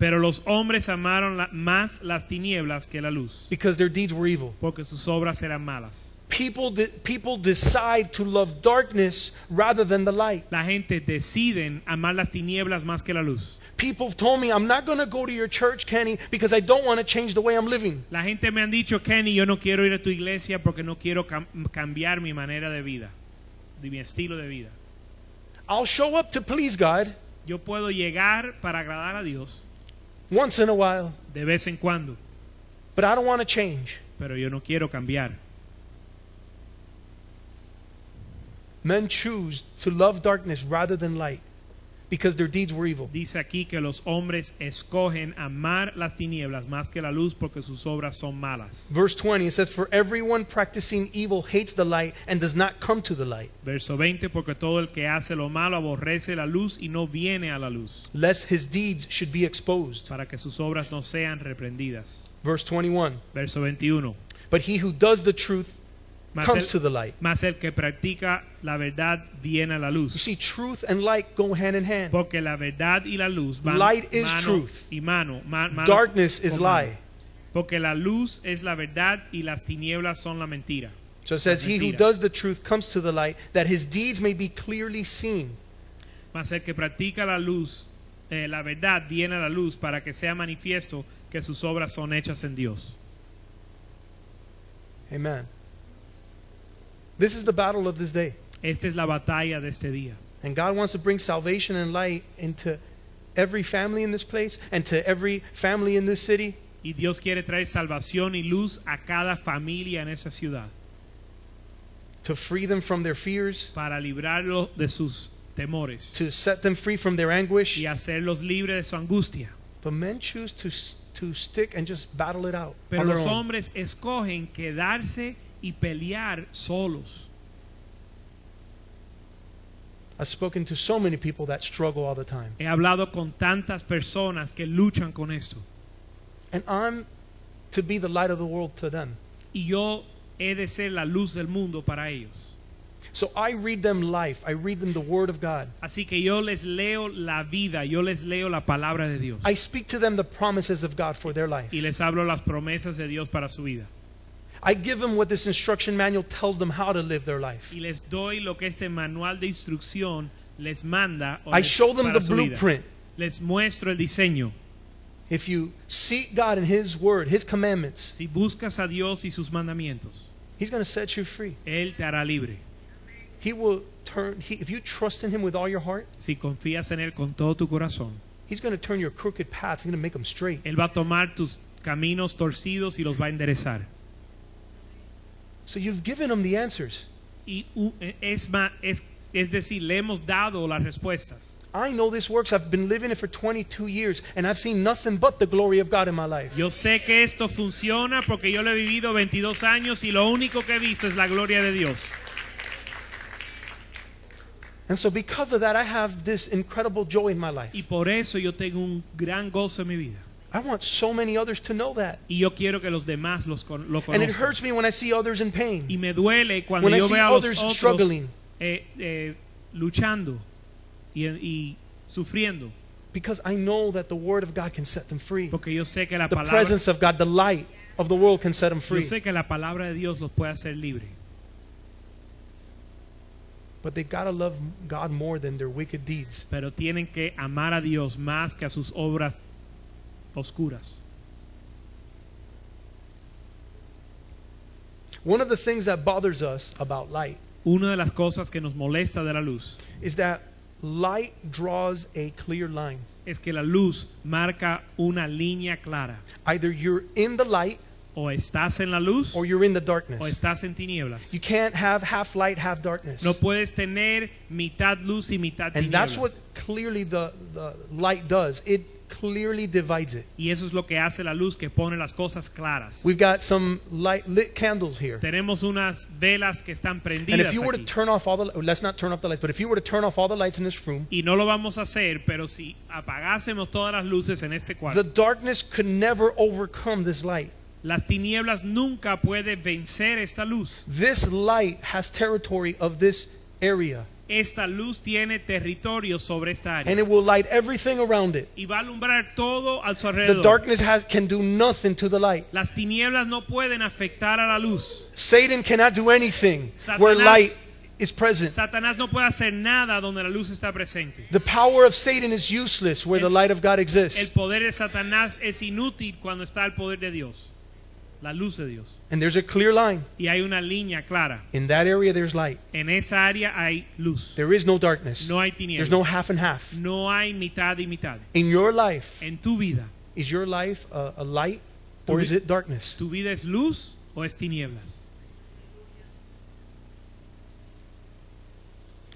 Pero los hombres amaron la- más las tinieblas que la luz, because their deeds were evil. porque sus obras eran malas. People, de- people decide to love darkness rather than the light. La gente deciden amar las tinieblas más que la luz. People have told me, I'm not going to go to your church, Kenny, because I don't want to change the way I'm living. La gente me han dicho, Kenny, yo no quiero ir a tu iglesia porque no quiero cam- cambiar mi manera de vida, de mi estilo de vida. I'll show up to please God Yo puedo llegar para agradar a Dios once in a while, de vez en cuando, but I don't want to change. pero yo no quiero cambiar. Men choose to love darkness rather than light because their deeds were evil. Dice aquí que los hombres escogen amar las tinieblas más que la luz porque sus obras son malas. Verse 20, it says, For everyone practicing evil hates the light and does not come to the light, Verso 20, porque todo el que hace lo malo aborrece la luz y no viene a la luz, lest his deeds should be exposed. para que sus obras no sean reprendidas. Verse 21, Verso 21, But he who does the truth comes mas to el, the light. mas el que practica la verdad viene a la You luz, see, truth and light go hand in hand. porque la verdad y la luz van Light is mano truth. y mano, ma- mano Darkness is con lie. mano. porque la luz es la verdad y las tinieblas son la mentira. So it says, He who Mentira. does the truth comes to the light, that his deeds may be clearly seen. Mas el que practica la luz, eh, la verdad viene a la luz para que sea manifiesto que sus obras son hechas en Dios. Amen. This is the battle of this day. Esta es la batalla de este día. And God wants to bring salvation and light into every family in this place and to every family in this city. Y Dios quiere traer salvación y luz a cada familia en esa ciudad to free them from their fears, para librarlos de sus temores to set them free from their anguish. y hacerlos libres de su angustia. But men choose to, s- to stick and just battle it out Pero on their los own. hombres escogen quedarse y pelear solos. I've spoken to so many people that struggle all the time. He hablado con tantas personas que luchan con esto. And I'm to be the light of the world to them. Y yo he de ser la luz del mundo para ellos. So I read them life, I read them the Word of God. Así que yo les leo la vida, yo les leo la palabra de Dios. I speak to them the promises of God for their life. Y les hablo las promesas de Dios para su vida. I give them what this instruction manual tells them how to live their life. Y les doy lo que este manual de instrucción les manda. o I les- show them para the su vida. blueprint. Les muestro el diseño. If you seek God in His Word, His commandments, Si buscas a Dios y sus mandamientos, He's going to set you free. Él te hará libre. He will turn, he, if you trust in Him with all your heart, Si confías en Él con todo tu corazón, He's going to turn your crooked paths, He's going to make them straight. Él va a tomar tus caminos torcidos y los va a enderezar. So you've given them the answers. Y u- e, es, ma- es, es decir, le hemos dado las respuestas. I know this works. I've been living it for 22 years, and I've seen nothing but the glory of God in my life. Yo sé que esto funciona porque yo lo he vivido 22 años y lo único que he visto es la gloria de Dios. And so, because of that, I have this incredible joy in my life. Y por eso yo tengo un gran gozo en mi vida. I want so many others to know that. Y yo quiero que los demás los con- lo And it conozcan. hurts me when I see others in Y pain, me duele cuando when I yo see veo a los others otros struggling, eh, eh, luchando y, y sufriendo. because I know that the Word of God can set them free. Porque yo sé que la The palabra presence of God, the light of the world can set them Yo free. sé que la palabra de Dios los puede hacer libre, But they've got to love God more than their wicked deeds. pero tienen que amar a Dios más que a sus obras oscuras. One of the things that bothers us about light Una de las cosas que nos molesta de la luz is that light draws a clear line. es que la luz marca una línea clara. Either you're in the light O estás en la luz or you're in the o darkness. estás en tinieblas. You can't have half light, half darkness. No puedes tener mitad luz y mitad And that's what tinieblas. clearly the, the light does. It clearly divides it. Y eso es lo que hace la luz, que pone las cosas claras. We've got some light lit candles here. Tenemos unas velas que están And prendidas if you were to aquí. turn off all the let's not turn off the lights, but if you were to turn off all the lights in this room, y no lo vamos a hacer, pero si apagásemos todas las luces en este cuarto, the darkness could never overcome this light. Las tinieblas nunca puede vencer esta luz. This light has territory of this area, Esta luz tiene territorio sobre esta and área it will light everything around it. y va a alumbrar todo a su The alrededor. darkness has, can do nothing to the light. Las tinieblas no pueden afectar a la luz. Satan cannot do anything where Satanás- light is present. Satanás no puede hacer nada donde la luz está presente. The power of Satan is useless where the light of God El exists. poder de Satanás es inútil cuando está el poder de Dios, la luz de Dios. And there's a clear line. Y hay una línea clara. In that area, there's light. En esa área hay luz. There is no darkness. No hay There's no tinieblas. half and half. No hay mitad y mitad. In your life, En tu vida, is your life a, a light or is it darkness? ¿tu vida es luz o es tinieblas?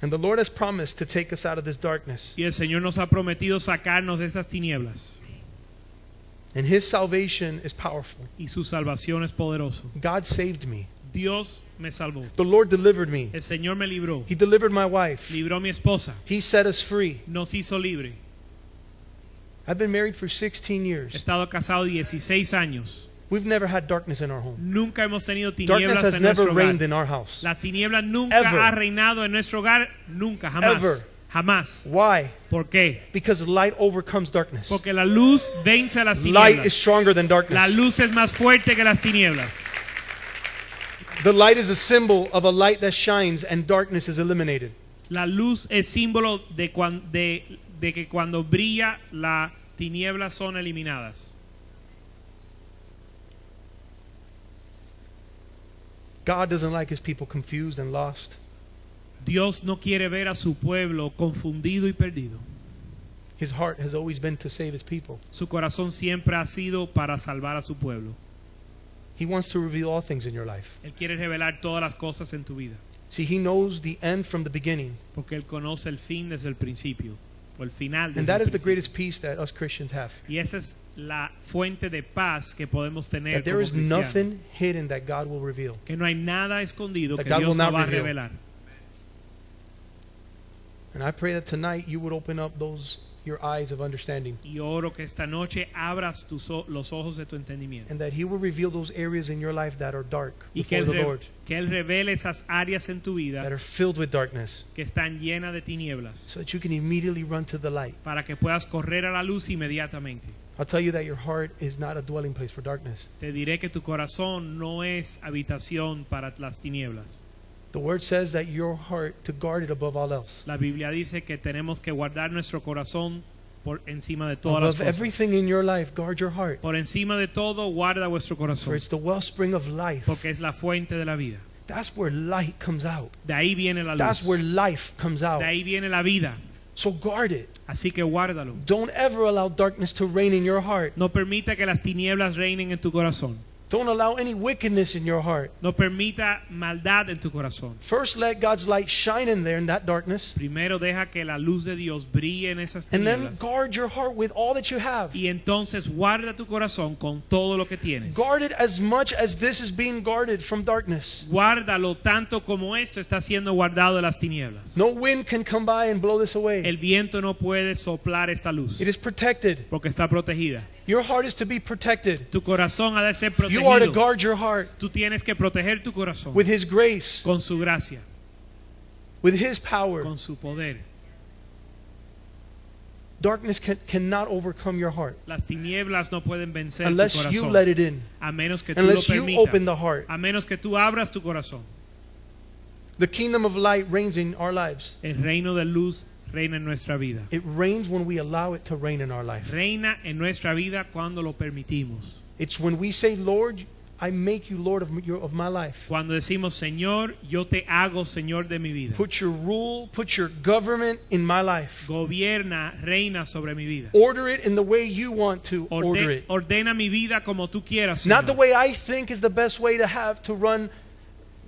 And the Lord has promised to take us out of this darkness. Y el Señor nos ha prometido sacarnos de esas tinieblas. And His salvation is powerful. Y su salvación es poderoso. God saved me. Dios me salvó. The Lord delivered me. El Señor me libró. He delivered my wife. Libró a mi esposa. He set us free. Nos hizo libre. I've been married for 16 He years. estado casado 16 años. We've never had darkness in our home. Nunca hemos tenido Darkness tinieblas has en nuestro never reigned hogar. in our house. La tiniebla nunca Ever. ha reinado en nuestro hogar. Nunca, jamás. Ever. Jamás. Why? ¿Por qué? Because light overcomes darkness. Porque la luz vence a las Light is tinieblas. stronger than La darkness. luz es más fuerte que las tinieblas. The light is a symbol of a light that shines and darkness is eliminated. La luz es símbolo de, cuan- de, de que cuando brilla las tinieblas son eliminadas. God doesn't like his people confused and lost. Dios no quiere ver a su pueblo confundido y perdido. His heart has always been to save his people. Su corazón siempre ha sido para salvar a su pueblo. He wants to reveal all things in your life. Él quiere revelar todas las cosas en tu vida, See, he knows the end from the beginning. porque Él conoce el fin desde el principio, o el final desde And that el is the principio. greatest peace that us Christians have. Y esa es la fuente de paz que podemos tener That there como is cristianos. nothing hidden that God will reveal. que no hay nada escondido that que God Dios will no not va a reveal. revelar. And I pray that tonight you would open up those your eyes of understanding Y oro que esta noche abras tus o- los ojos de tu entendimiento and that he will reveal those areas in your life that are dark y que before él, the re- Lord, que Él revele esas áreas en tu that vida are filled with darkness, que están llenas de tinieblas so that you can immediately run to the light. para que puedas correr a la luz inmediatamente. I'll tell you that your heart is not a dwelling place for darkness. Te diré que tu corazón no es habitación para las tinieblas. The word says that your heart to guard it above all else. La Biblia dice que tenemos que guardar nuestro corazón por encima de todas las Above cosas. everything in your life, guard your heart, Por encima de todo, guarda vuestro for corazón, it's the wellspring of life. porque es la fuente de la vida. That's where light comes out. De ahí viene la That's where luz. life comes out. De ahí viene la vida. So guard it. Así que guárdalo. Don't ever allow darkness to reign in your heart. No permita que las tinieblas reinen en tu corazón. Don't allow any wickedness in your heart. No permita maldad en tu corazón. First, let God's light shine in there in that darkness, Primero deja que la luz de Dios brille en esas and then tinieblas. guard your heart with all that you have. Y entonces guarda tu corazón con todo lo que tienes. Guard it as much as this is being guarded from darkness. Guárdalo tanto como esto está siendo guardado de las tinieblas. No wind can come by and blow this away. El viento no puede soplar esta luz It is protected. porque está protegida. Your heart is to be protected. Tu corazón ha de ser You are to protegido. guard your heart Tú tienes que proteger tu corazón with His grace, con su gracia, with His power. con su poder. Darkness can, cannot overcome your heart Las tinieblas no pueden vencer tu unless you corazón let it in, a menos que tú lo unless you open permitas, the heart. a menos que tú abras tu corazón. The kingdom of light reigns in our lives. El reino de luz reina en nuestra vida. It reigns when we allow it to reign in our life. Reina en nuestra vida cuando lo permitimos. It's when we say, Lord, I make you Lord of, m- your, of my life. Cuando decimos, Señor, yo te hago Señor de mi vida. Put your rule, put your government in my life. Gobierna, reina sobre mi vida. Order it in the way you want to Orde- order it. ordena mi vida como tú quieras. Not the Señor. way I think is the best way to have to run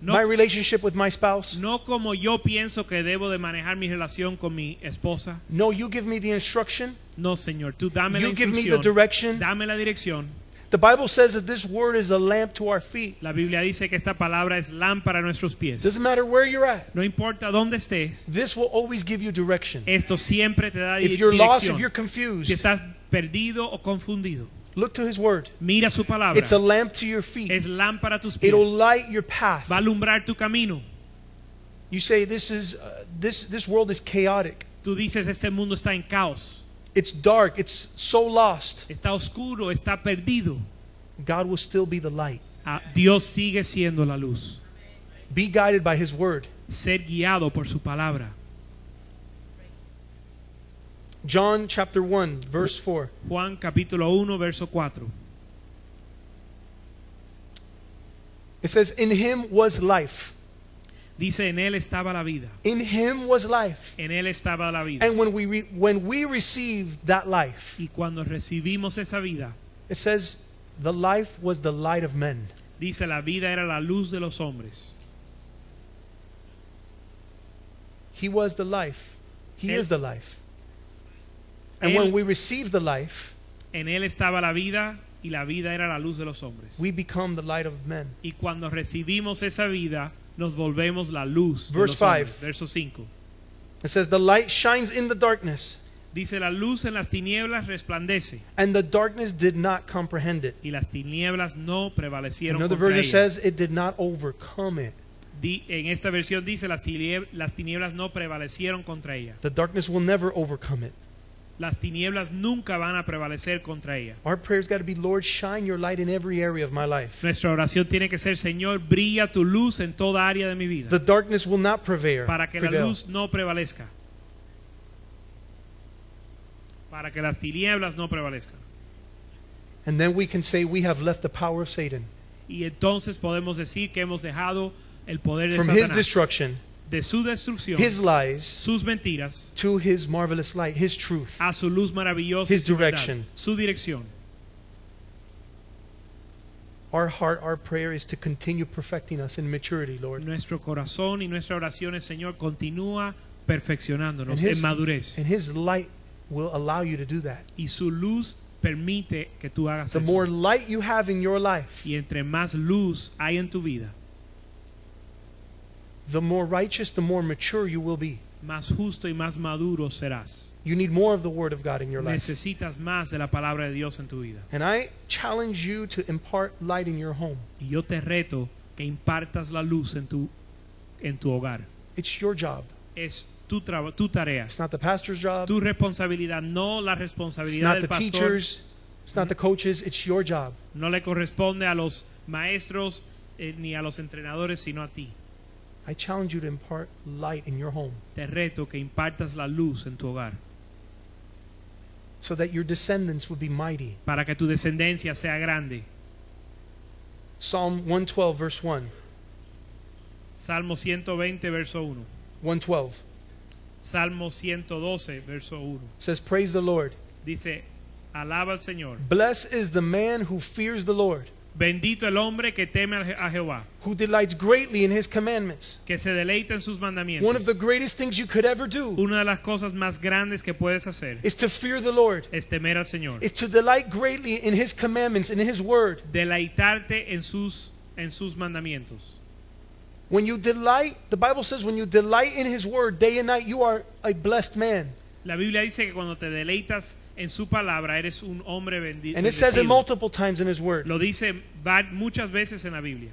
no, my relationship with my spouse. no como yo pienso que debo de manejar mi relación con mi esposa. No, you give me the instruction, No, Señor, tú dame la you give me the instrucción. direction. Dame la dirección. The Bible says that this word is a lamp to our feet. La Biblia dice que esta palabra es lámpara a nuestros pies. Doesn't matter where you're at, No importa dónde estés, this will always give you direction. esto siempre te da di- If you're lost, if you're Eh, dirección. Si confused, estás perdido o confundido, look to His Word. mira su palabra. It's a lamp to your feet. Es lámpara a tus pies. It'll Va light your path. a alumbrar tu camino. You say this is uh, this this world is chaotic. Tú dices, este mundo está en caos, It's dark. It's so lost. está oscuro, está perdido. God will still be the light. Ah, Dios sigue siendo la luz. Be guided by His Word. Ser guiado por su palabra. John chapter one verse four. Juan capítulo 1, verso 4. It says, "In Him was life. Dice, en él estaba la vida. In Him was life." En él estaba la vida. And when we re- when we receive that life, Y cuando recibimos esa vida, it says, "The life was the light of men." dice la vida era la luz de los hombres. He was the life. He Él- is the life. And Él- when we receive the life, En él estaba la vida y la vida era la luz de los hombres. we become the light of men. Y cuando recibimos esa vida, nos volvemos la luz. de Verse los hombres. five. Verso 5. It says, "The light shines in the darkness." Dice, la luz en las tinieblas resplandece and the darkness did not comprehend it. y las tinieblas no prevalecieron. Another contra version ella. says it did not overcome it. Di- en esta versión dice, las, tinie- las tinieblas no prevalecieron contra ella. The darkness will never overcome it. Las tinieblas nunca van a prevalecer contra ella. Our prayer's got to be, Lord, shine your light in every area of my life. Nuestra oración tiene que ser, Señor, brilla tu luz en toda área de mi vida. The darkness will not prevail. para que la prevail. luz no prevalezca. Para que las tinieblas no prevalezcan. And then we can say we have left the power of Satan. y entonces podemos decir que hemos dejado el poder de from his Satanás, destruction, de su destrucción, his lies, sus mentiras, to his marvelous light, his truth. a su luz maravillosa, y His su, verdad, direction. su dirección. Our heart, our prayer is to continue perfecting us in maturity, Lord. Nuestro corazón y nuestras oraciones, Señor, continúa perfeccionándonos And his- en madurez And his light will allow you to do that. y su luz permite que tú hagas The eso. more light you have in your life, y entre más luz hay en tu vida, the more righteous, the more mature you will be. más justo y más maduro serás. You need more of the Word of God in your life. Necesitas más de la palabra de Dios en tu vida. And I challenge you to impart light in your home. Y yo te reto que impartas la luz en tu, en tu hogar. It's your job. Es tu, traba- tu tarea, It's not the pastor's job. tu responsabilidad, no la It's responsabilidad not del the pastor. Mm-hmm. teachers. It's not the coaches. It's your job. No le corresponde a los maestros eh, ni a los entrenadores, sino a ti. I challenge you to impart light in your home Te reto que impartas la luz en tu hogar so that your descendants would be mighty. para que tu descendencia sea grande. Psalm 112, verse 1. Salmo 120, verso 1. 112 Salmo 112, verso 1. says, Praise the Lord. Dice, alaba al Señor. Blessed is the man who fears the Lord, Bendito el hombre que teme a Je- a Jehová, who delights greatly in his commandments. que se deleita en sus One of mandamientos. the greatest things you could ever do Una de las cosas más grandes que puedes hacer is to fear the Lord, es temer al Señor. is to delight greatly in his commandments, in his word. Deleitarte en sus, en sus mandamientos. When you delight, the Bible says, when you delight in his word day and night, you are a blessed man. La Biblia dice que cuando te deleitas en su palabra eres un hombre bendi- And it says it bendecido. multiple times in his word. Lo dice va- muchas veces en la Biblia.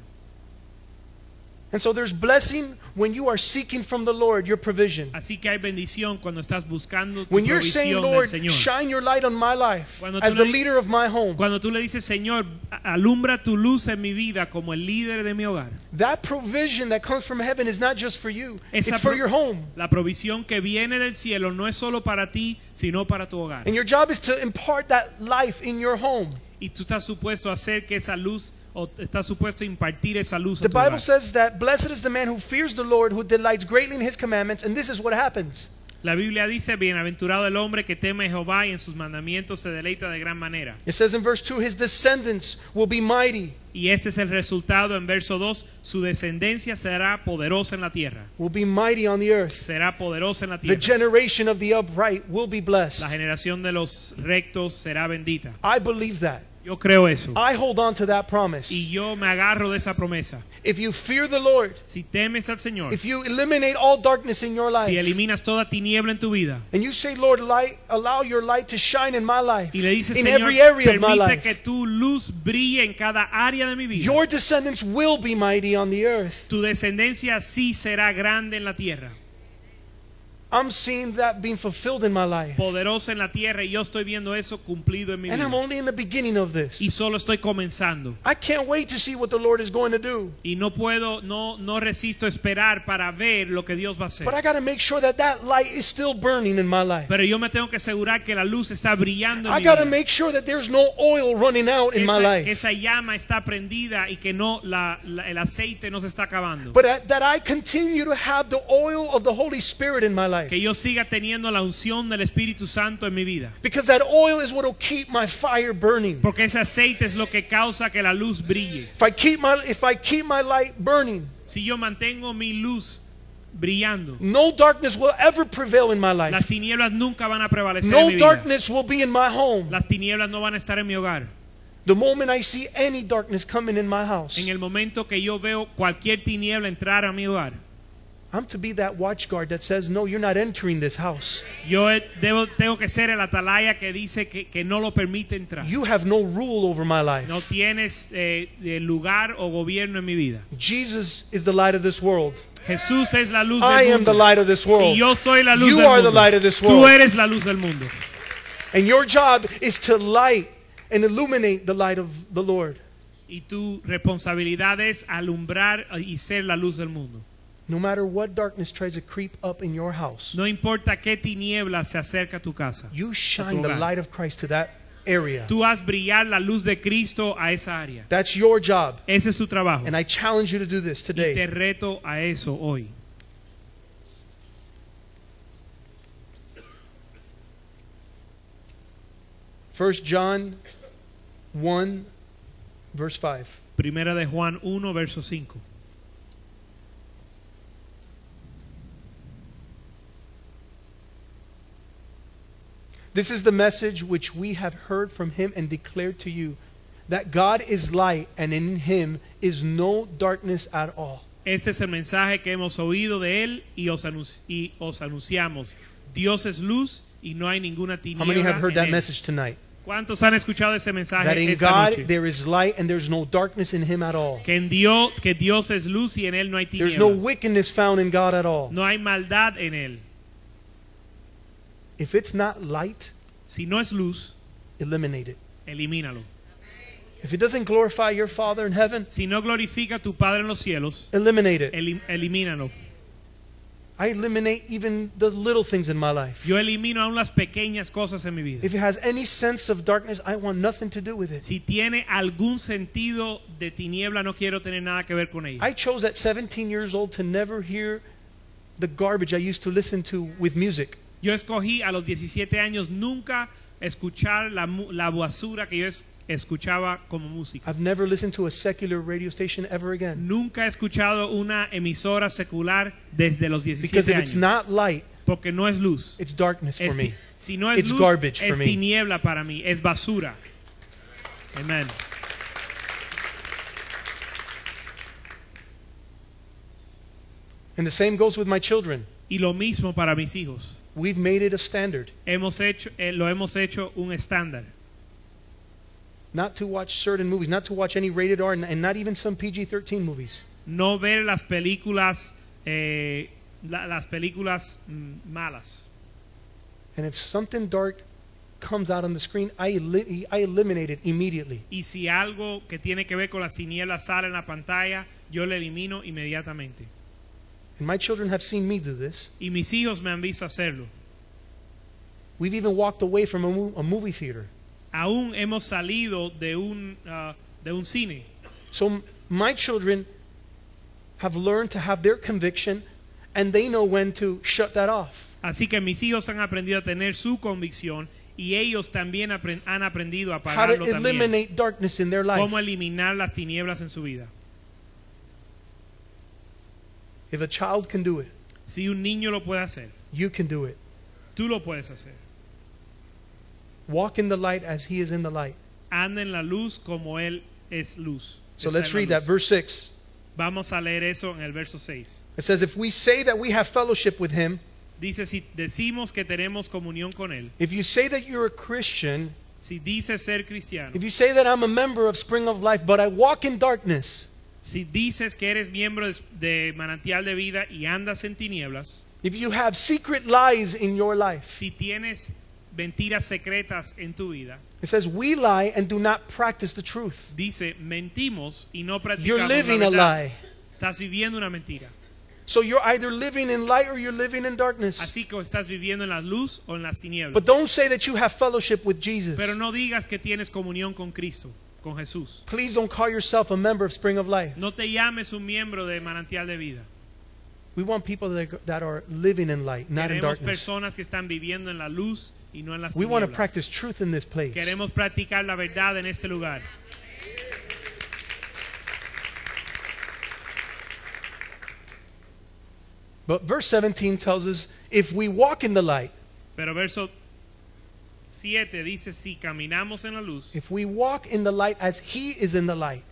And so there's blessing when you are seeking from the Lord your provision. Así que hay bendición cuando estás buscando tu When you're provisión saying, del Lord, Señor. shine your light on my life Cuando tú as the le- leader of my home, Cuando tú le dices, Señor, a- alumbra tu luz en mi vida como el líder de mi hogar. that provision that comes from heaven is not just for you, it's Esa for pro- your home. La provisión que viene del cielo no es solo para ti, sino para tu hogar. And your job is to impart that life in your home. Y tú estás supuesto a hacer que esa luz, o estás supuesto a impartir esa luz a The tu hogar. Bible says that blessed is the man who fears the Lord, who delights greatly in his commandments, and this is what happens. La Biblia dice, bienaventurado el hombre que teme a Jehová y en sus mandamientos se deleita de gran manera. It says in verse 2, his descendants will be mighty, Y este es el resultado en verso 2, su descendencia será poderosa en la tierra. will be mighty on the earth. Será poderosa en la The tierra. generation of the upright will be La blessed. generación de los rectos será bendita. I believe that. Yo creo eso. I hold on to that Y promise. yo me agarro de esa promesa. If you fear the Lord, Si temes al Señor, if you eliminate all darkness in your si life, eliminas toda tiniebla en tu vida and you say, Lord, light, allow your light to shine in my life, y le dices, in Señor, every area of my permite que life, tu luz brille en cada área de mi vida, your descendants will be mighty on the earth. tu descendencia sí será grande en la tierra, I'm seeing that being fulfilled in my life. poderosa en la tierra, y yo estoy viendo eso cumplido en mi And I'm vida. only in the beginning of this. Y solo estoy comenzando. I can't wait to see what the Lord is going to do. Y no puedo, no, no resisto esperar para ver lo que Dios va a hacer. But I got to make sure that that light is still burning in my life. Pero yo me tengo que asegurar que la luz está brillando en I mi got to vida. make sure that there's no oil running out in my esa, life. esa llama está prendida y que no la- la- el aceite no se está acabando. But that- that I continue to have the oil of the Holy Spirit in my life. que yo siga teniendo la unción del Espíritu Santo en mi vida. Because that oil is what will keep my fire burning. Porque ese aceite es lo que causa que la luz brille. If I keep my if I keep my light burning, Si yo mantengo mi luz brillando, no darkness will ever prevail in my las life. tinieblas nunca van a prevalecer en mi No vida. darkness will be in my home. Las tinieblas no van a estar en mi hogar. The moment I see any darkness coming in my house, En el momento que yo veo cualquier tiniebla entrar a mi hogar, I'm to be that watchguard that says, "No, you're not entering this house. yo he- debo, tengo que ser el atalaya que dice que, que no lo permite entrar. You have no rule over my life." No tienes eh, eh, lugar o gobierno en mi vida. Jesus is the light of this world. Jesús es la luz I del am mundo. the light of this Y yo world. soy la luz You del are mundo. the light of this Tú world. eres la luz del mundo. And your job is to light and illuminate the light of the Lord. Y tu responsabilidad es alumbrar y ser la luz del mundo. No matter what darkness tries to creep up in your house, No importa qué tiniebla se acerca a tu casa. you shine the hogar. light of Christ to that area. Tú haz brillar la luz de Cristo a esa área. That's your job. Ese es su trabajo. And I challenge you to do this Y te today. reto a eso hoy. First John 1, verse 5. Primera de Juan 1, verso 5. This is the message which we have heard from him and declared to you that God is light and in him is no darkness at all. Este es el mensaje que hemos oído de él y os, anunci- y os anunciamos. Dios es luz y no hay ninguna How many have tiniebla. heard en that él. message tonight? ¿Cuántos han escuchado ese mensaje That in esta God noche? there is light and there's no darkness in him at all. Que, en Dios, que Dios es luz y en él no hay There's no tinieblas. wickedness found in God at all. No hay maldad en él. If it's not light, Si no es luz, eliminate it. elimínalo. If it doesn't glorify your Father in heaven, Si no glorifica a tu Padre en los cielos, eliminate it. elim- elimínalo. I eliminate even the little things in my life. Yo elimino aún las pequeñas cosas en mi vida. If it has any sense of darkness, I want nothing to do with it. Si tiene algún sentido de tiniebla, no quiero tener nada que ver con ella. I chose at 17 years old to never hear the garbage I used to listen to with music. Yo escogí a los 17 años nunca escuchar la, mu- la basura que yo es- escuchaba como música. I've never listened to a secular radio station ever again. Nunca he escuchado una emisora secular desde los Because 17 if it's años. not light, Porque no es luz. it's darkness for Es ti- me. si no es It's luz, garbage for es me. tiniebla para mí, es basura. Amén. And the same goes with my children. Y lo mismo para mis hijos. We've made it a standard Hemos hecho, eh, lo hemos hecho un estándar. not to watch certain movies, not to watch any rated R, and, and not even some PG 13 movies. No ver las películas, eh, la- las películas mm, malas. And if something dark comes out on the screen, I, eli- I eliminate it immediately. Y si algo que tiene que ver con las tinieblas sale en la pantalla, yo lo elimino inmediatamente. And my children have seen me do this. Y mis hijos me han visto hacerlo. We've even walked away from a, mo- a movie theater. Aún hemos salido de un, ah, de un cine. So m- my children have learned to have their conviction and they know when to shut that off. Así que mis hijos han aprendido a tener su convicción y ellos también apren- han aprendido a How to pararlo también. eliminate darkness in their Cómo life. eliminar las tinieblas en su vida. If a child can do it, Si un niño lo puede hacer, you can do it. tú lo puedes hacer. Walk in the light as he is in the light. Anda en la luz como Él es luz. So Está let's en read that. la luz. Verse 6. Vamos a leer eso en el verso 6. It says, If we say that we have fellowship with him, Dice, si decimos que tenemos comunión con Él, if you say that you're a Christian, si dices ser cristiano, if you say that I'm a member of Spring of Life, but I walk in darkness, si dices que eres miembro de- de manantial de vida y andas en tinieblas, If you have secret lies in your life, si tienes mentiras secretas en tu vida, it says, We lie and do not practice the truth. dice, mentimos y no You're practicamos living la a lie. verdad. Estás viviendo una mentira. So you're either living in light or you're living in darkness. Así que o estás viviendo en la luz o en las tinieblas. But don't say that you have fellowship with Jesus. Pero no digas que tienes comunión con Cristo, con Jesús. Please don't call yourself a member of Spring of Life. No te llames un miembro de manantial de vida. We want people that that are living in light, not in Queremos darkness. personas que están viviendo en la luz y no en las We want to tinieblas. practice truth in this place. Queremos practicar la verdad en este lugar. But verse 17 tells us if we walk in the light, Pero verso 7 dice, si caminamos en la luz, if we walk in the light as he is in the light,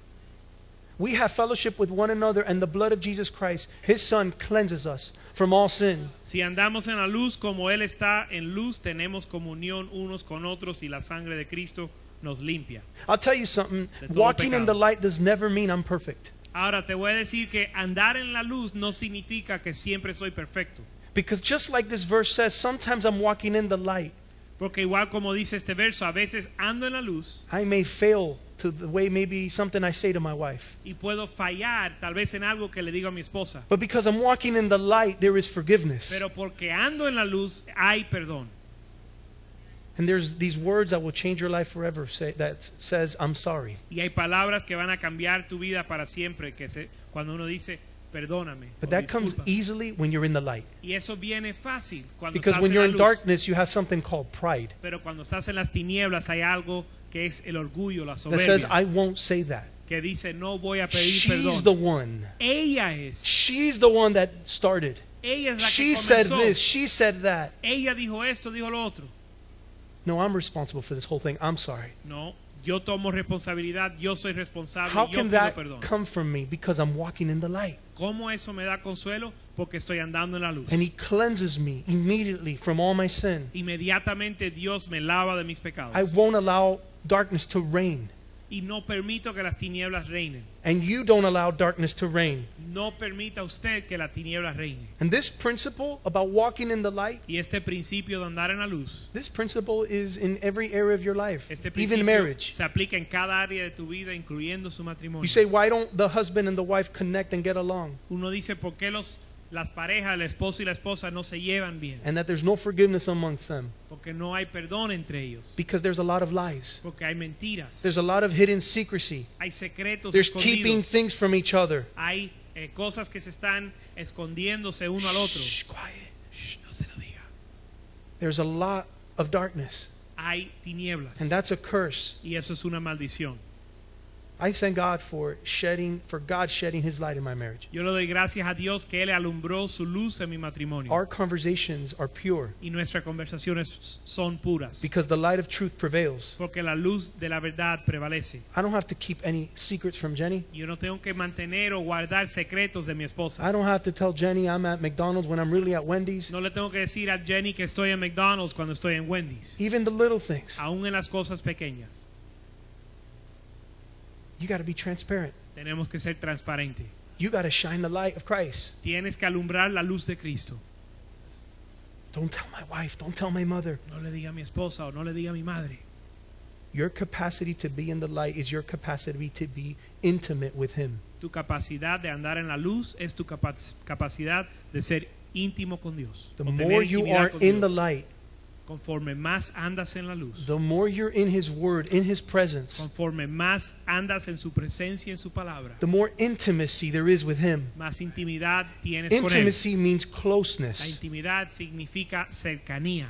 we have fellowship with one another, and the blood of Jesus Christ, his son, cleanses us from all sin. si andamos en la luz como Él está en luz, tenemos comunión unos con otros y la sangre de Cristo nos limpia. I'll tell you something De todo walking in pecado. the light does never mean I'm perfect. Ahora te voy a decir que andar en la luz no significa que siempre soy perfecto. Because just like this verse says, sometimes I'm walking in the light. Porque igual como dice este verso, a veces ando en la luz I may fail to the way maybe something I say to my wife. y puedo fallar tal vez en algo que le digo a mi esposa. But because I'm walking in the light, there is forgiveness. Pero porque ando en la luz hay perdón. And there's these words that will change your life forever say, that s- says, I'm sorry. Y hay palabras que van a cambiar tu vida para siempre, que se, cuando uno dice, perdóname. But o that comes "Discúlpame". easily when you're in the light. y eso viene fácil cuando Because estás when en you're la in luz. darkness, you have something called pride Pero cuando estás en las tinieblas hay algo que es el orgullo, la that soberbia, says, I won't say that. que dice, no voy a pedir She's perdón. the one. ella es, She's the one that started. ella es la She que said comenzó. this. She said that. Ella dijo esto, dijo lo otro. No, I'm responsible for this whole thing. I'm sorry. No, yo tomo responsabilidad, yo soy responsable, How yo can pido that perdón. come from me? Because I'm walking in the light. ¿Cómo eso me da consuelo? Porque estoy andando en la luz. And He cleanses me immediately from all my sin. Inmediatamente Dios me lava de mis pecados I won't allow darkness to reign. y no permito que las tinieblas reinen. And you don't allow darkness to reign. No permita usted que las tinieblas reinen. And this principle about walking in the light, Y este principio de andar en la luz, this principle is in every area of your life, este principio even marriage. se aplica en cada área de tu vida, incluyendo su matrimonio. You say, why don't the husband and the wife connect and get along? Uno dice, ¿por qué los, las parejas, el esposo y la esposa no se llevan bien? And that there's no forgiveness amongst them Porque no hay perdón entre ellos. because there's a lot of lies. Porque hay mentiras. There's a lot of hidden secrecy. hay secretos There's keeping escondidos. things from each other. Hay eh, cosas que se están escondiéndose uno al otro. Shh, quiet. Shh, no se lo diga. There's a lot of darkness, Hay tinieblas. and that's a curse. Y eso es una maldición. I thank God for shedding, for God shedding His light in my marriage. Yo le doy gracias a Dios que Él alumbró su luz en mi matrimonio. Our conversations are pure y nuestras conversaciones son puras. because the light of truth prevails. Porque la luz de la verdad prevalece. I don't have to keep any secrets from Jenny. Yo no tengo que mantener o guardar secretos de mi esposa. I don't have to tell Jenny I'm at McDonald's when I'm really at Wendy's. No le tengo que decir a Jenny que estoy en McDonald's cuando estoy en Wendy's. Even the little things. Aún en las cosas pequeñas. You got to be transparent. Tenemos que ser transparentes. You got to shine the light of Christ. Tienes que alumbrar la luz de Cristo. Don't tell my wife, don't tell my mother. No le diga a mi esposa o no le diga a mi madre. Your capacity to be in the light is your capacity to be intimate with Him. Tu capacidad de andar en la luz es tu capac- capacidad de ser íntimo con Dios. The o tener more you intimidad are con in the Dios. light, Conforme más andas en la luz, the more you're in His Word, in His presence, conforme más andas en su presencia y en su palabra, the more intimacy there is with Him. más intimidad tienes con él. Intimacy means La closeness. intimidad significa cercanía.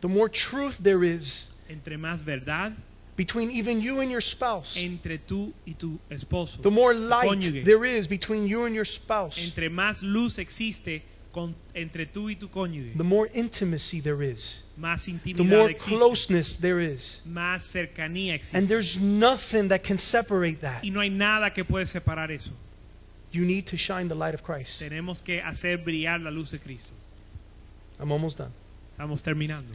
The more truth there is Entre más verdad between even you and your spouse, entre tú y tu esposo. the more tu light cónyuge. there is between you and your spouse, Entre más luz existe con- entre tú y tu cónyuge, the more intimacy there is, más the intimidad more existe, closeness there is. más cercanía And existe. there's nothing that can separate that. Y no hay nada que puede separar eso. You need to shine the light of Christ. Tenemos que hacer brillar la luz de Cristo. I'm almost done. Estamos terminando.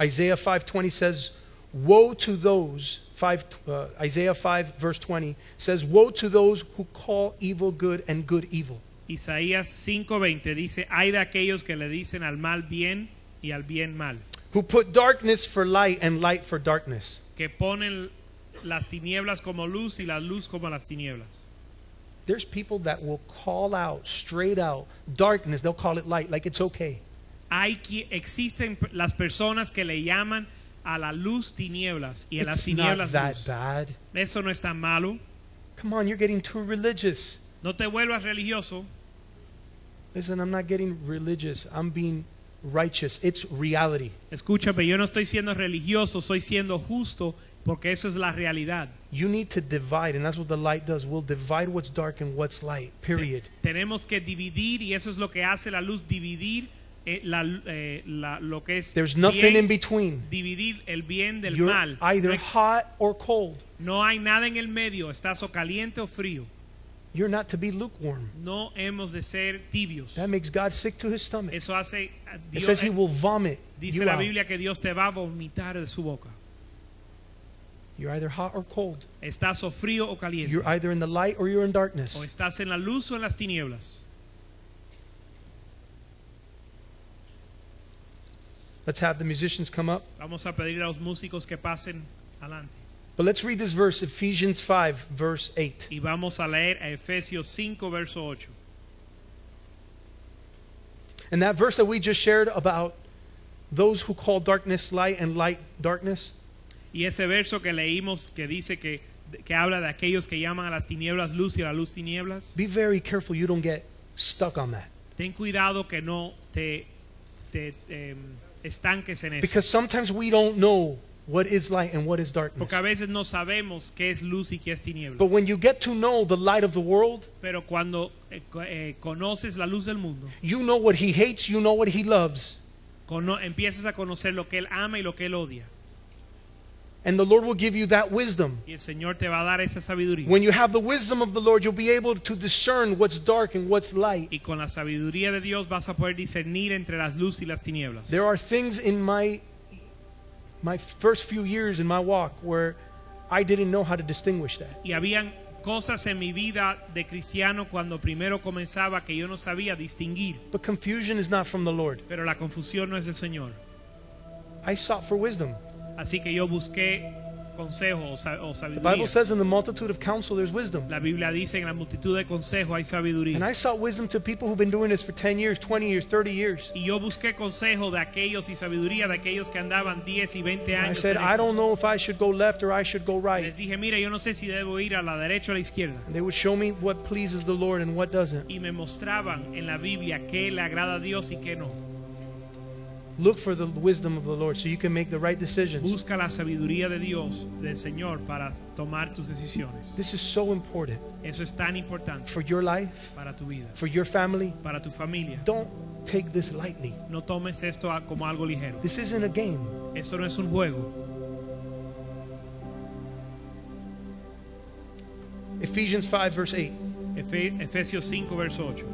Isaiah 5:20 says, "Woe to those 5 uh, Isaiah 5 verse 20 says, "Woe to those who call evil good and good evil." Isaías 5:20 dice, hay de aquellos que le dicen al mal bien y al bien mal, who put darkness for light and light for darkness. que ponen las tinieblas como luz y la luz como las tinieblas. There's people that will call out straight out darkness, they'll call it light, like it's okay. Hay que, existen p- las personas que le llaman a la luz tinieblas y a las It's not tinieblas that luz. bad. Eso no es tan malo. Come on, you're getting too religious. No te vuelvas religioso. Listen, I'm not getting religious, I'm being righteous. It's reality. Escúchame, yo no estoy siendo religioso, soy siendo justo porque eso es la realidad. You need to divide, and that's what the light does. We'll divide what's dark and what's light, period. Tenemos que dividir y eso es lo que hace la luz, dividir eh, la, eh, la- lo que es There's nothing bien, in between. dividir el bien del You're mal. no, either ex- hot or cold. no hay nada en el medio, estás o caliente o frío. You're not to be lukewarm. No hemos de ser tibios. That makes God sick to his stomach. Eso hace a It Dios, says he will vomit. dice You la out. Biblia que Dios te va a vomitar de su boca. You're either hot or cold. Estás o frío o caliente. You're either in the light or you're in o darkness. estás en la luz o en las tinieblas. Let's have the musicians come up. Vamos a pedir a los músicos que pasen adelante. But let's read this verse, Ephesians 5, verse 8. Y vamos a leer a Efesios 5, verso 8. And that verse that we just shared about those who call darkness light and light darkness, Y ese verso que leímos que dice que, que habla de aquellos que llaman a las tinieblas luz y a la luz tinieblas, be very careful you don't get stuck on that. ten cuidado que no te, te, em, estanques en eso. Because sometimes we don't know what is light and what is darkness. Porque a veces no sabemos qué es luz y qué es But tinieblas. when you get to know the light of the world, Pero cuando eh, co- eh, conoces la luz del mundo, you know what he hates, you know what he loves, cono- empiezas a conocer lo que Él ama y lo que Él odia. and the Lord will give you that wisdom. Y el Señor te va a dar esa sabiduría. When you have the wisdom of the Lord, you'll be able to discern what's dark and what's light. y con la sabiduría de Dios vas a poder discernir entre las luces y las tinieblas. There are things in my my first few years in my walk where I didn't know how to distinguish that. Y habían cosas en mi vida de cristiano cuando primero comenzaba que yo no sabía distinguir. But confusion is not from the Lord. Pero la confusión no es del Señor. I sought for wisdom. Así que yo busqué consejo o, sa- o The sabiduría. Bible says in the multitude of counsel there's wisdom. La Biblia dice en la multitud de consejos hay And sabiduría. I sought wisdom to people who've been doing this for 10 years, 20 years, 30 years. Y yo busqué consejo de aquellos y sabiduría de aquellos que andaban 10 y 20 And I años. said, en este I esto. don't know if I should go left or I should go right. Les dije, mira, yo no sé si debo ir a la derecha o a la izquierda. And they would show me what pleases the Lord and what doesn't. Y me mostraban en la Biblia qué le agrada a Dios y qué no. Look for the wisdom of the Lord so you can make the right decisions. Busca la sabiduría de Dios, del Señor, para tomar tus decisiones. This is so important Eso es tan importante for your life, para tu vida, for your family. para tu familia. Don't take this lightly. No tomes esto a- como algo ligero. This isn't a game. Esto no es un juego. Ephesians 5, verse 8. Efe- Efesios 5, verso 8.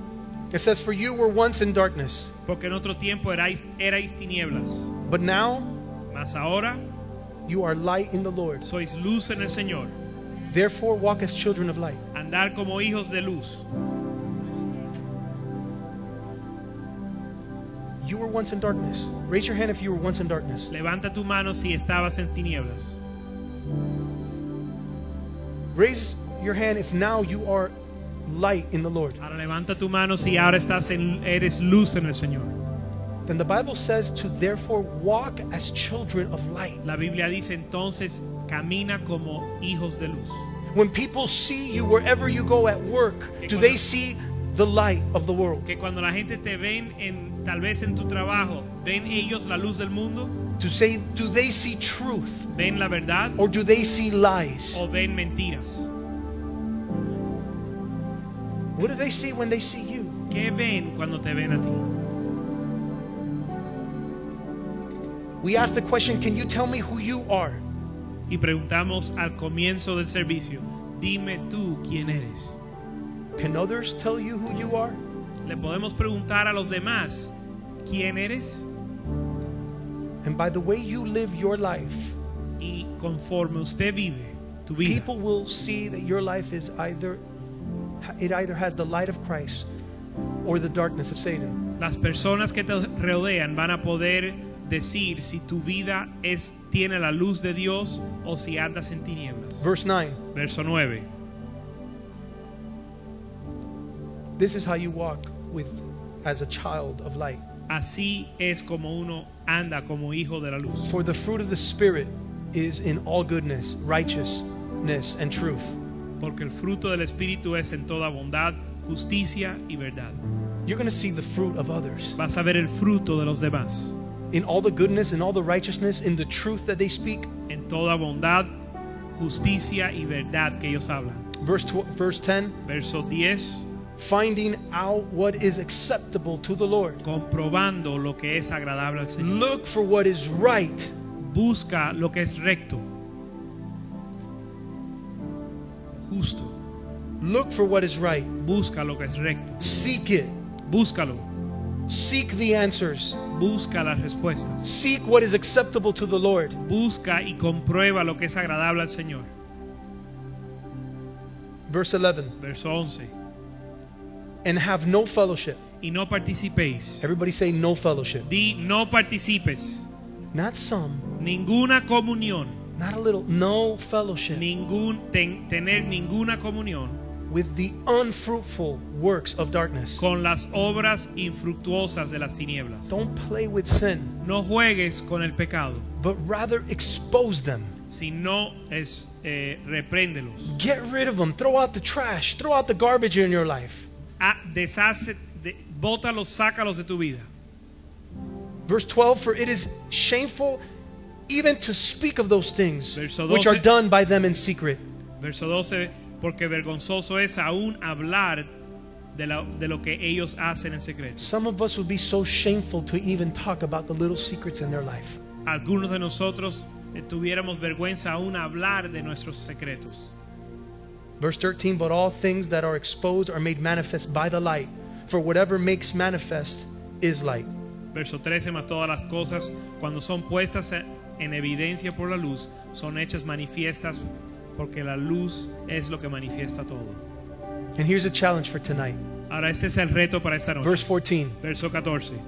It says, For you were once in darkness, Porque en otro tiempo erais, erais tinieblas, but now mas ahora you are light in the Lord. sois luz en el Señor. Therefore, walk as children of light. Andar como hijos de luz. You were once in darkness. Raise your hand if you were once in darkness. Levanta tu mano si estabas en tinieblas. Raise your hand if now you are light in the Lord. Ahora levanta tu mano si ahora estás en, eres luz en el Señor. Then the Bible says to therefore walk as children of light. La Biblia dice entonces, camina como hijos de luz. When people see you wherever you go at work, do they see the light of the world? Que cuando la gente te ven en tal vez en tu trabajo, ven ellos la luz del mundo, To say, do they see truth ven la verdad or do they see lies? o ven mentiras. What do they see when they see you? ¿Qué ven cuando te ven a ti? We ask the question, can you tell me who you are? Y preguntamos al comienzo del servicio, dime tú quién eres. Can others tell you who you are? Le podemos preguntar a los demás, ¿quién eres? And by the way you live your life, Y conforme usted vive tu vida, people will see that your life is either it either has the light of Christ or the darkness of Satan. las personas que te rodean van a poder decir si tu vida es tiene la luz de Dios o si andas en tinieblas. Verse 9. Verso 9. This is how you walk with as a child of light. Así es como uno anda como hijo de la luz. For the fruit of the spirit is in all goodness, righteousness and truth. Porque el fruto del Espíritu es en toda bondad, justicia y verdad. You're going to see the fruit of others Vas a ver el fruto de los demás. in all the goodness and all the righteousness in the truth that they speak. En toda bondad, justicia y verdad que ellos hablan. Verse tw- verse 10, Verso 10. finding out what is acceptable to the Lord. Comprobando lo que es agradable al Señor. Look for what is right. Busca lo que es recto. Justo. Look for what is right. Busca lo que es recto. Seek it. Búscalo. Seek the answers. Busca las respuestas. Seek what is acceptable to the Lord. Busca y comprueba lo que es agradable al Señor. Verse 11, Verso 11. and have no fellowship. Y no participéis. Everybody say no fellowship. Di, no participes. Not some, Ninguna comunión. not a little, no fellowship Ningún, ten- tener ninguna comunión with the unfruitful works of darkness. con las obras infructuosas de las tinieblas. Don't play with sin, No juegues con el pecado, but rather expose them. sino es, eh, repréndelos. Get rid of them. Throw out the trash. Throw out the garbage in your life. Ah, deshace, de- bótalos, sácalos de tu vida. Verse 12 For it is shameful even to speak of those things Verso which are 12. done by them in secret. Verso 12, porque vergonzoso es aún hablar de, la- de lo que ellos hacen en secreto. Some of us would be so shameful to even talk about the little secrets in their life. Algunos de nosotros eh, tuviéramos vergüenza aún hablar de nuestros secretos. Verse 13 But all things that are exposed are made manifest by the light, for whatever makes manifest is light. Verso 13, más todas las cosas, cuando son puestas en evidencia por la luz, son hechas manifiestas porque la luz es lo que manifiesta todo. And here's a challenge for tonight. Ahora este es el reto para esta noche. Verse 14 Verso 14.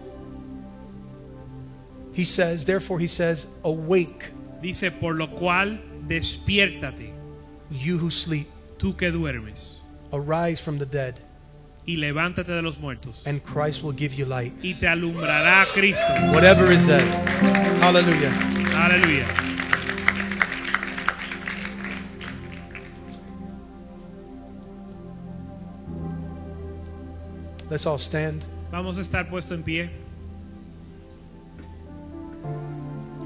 He says, Therefore, he says, Awake, Dice, por lo cual despiértate, you who sleep, tú que duermes, arise from the dead, y levántate de los muertos, and Christ will give you light. y te alumbrará Cristo. Whatever is that. Hallelujah. Aleluya. Let's all stand. Vamos a estar puesto en pie.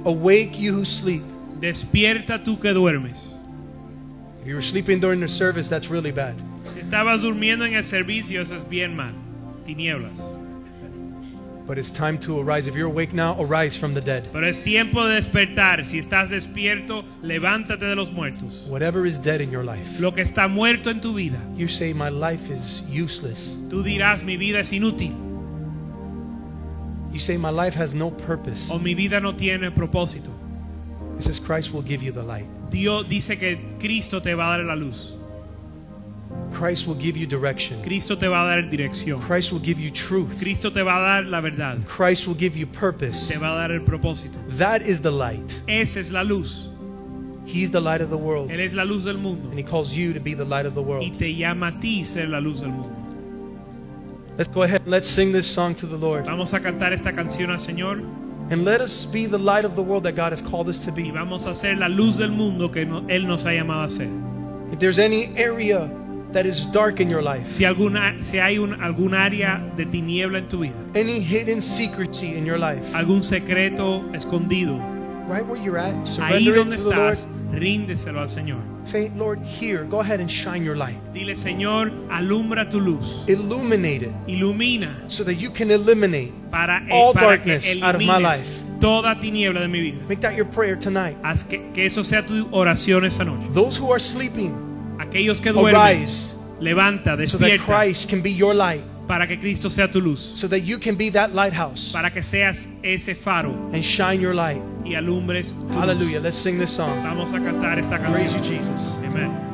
Awake, you who sleep. Despierta tú que duermes. If you were sleeping during the service, that's really bad. Si estabas durmiendo en el servicio, eso es bien mal. Tinieblas. But it's time to arise. If you're awake now, arise from the dead. Pero es tiempo de despertar. Si estás despierto, levántate de los muertos. Whatever is dead in your life, Lo que está muerto en tu vida. you say, My life is useless. Tú dirás, mi vida es inútil You say, My life has no purpose. o mi vida no tiene propósito. It says, Christ will give you the light. Dios dice que Cristo te va a dar la luz. Christ will give you direction. Cristo te va a dar dirección. Christ will give you truth. Cristo te va a dar la verdad. Christ will give you purpose. Te va a dar el propósito. That is the light. Esa es la luz. He's the light of the world. Él es la luz del mundo. And He calls you to be the light of the Y world. te llama a ti ser la luz del mundo. Let's go ahead and let's sing this song to the Lord. Vamos a cantar esta canción al Señor And let us be the light of the world that God has called us to y be. vamos a ser la luz del mundo que no- Él nos ha llamado a ser. If there's any area that is dark in your life, Si, alguna, si hay un, algún área de tiniebla en tu vida, any hidden secrecy in your life, algún secreto escondido, right where you're at, ahí surrender it donde to the Lord. estás, ríndeselo al Señor. Say, Lord, here, go ahead and shine your light. Dile, Señor, alumbra tu luz, Illuminate it ilumina so that you can eliminate. para, eh, All para que darkness out of my elimines life. toda tiniebla de mi vida. Make that your prayer tonight. Haz que, que eso sea tu oración esta noche. Those who are sleeping, Aquellos que duermen, arise levanta, so that despierta. Christ can be your light, para que Cristo sea tu luz, so that you can be that lighthouse para que seas ese faro and shine your light. y alumbres tu luz. Hallelujah. Let's sing this song. Vamos a cantar esta Praise you, canción. Jesus. Amén.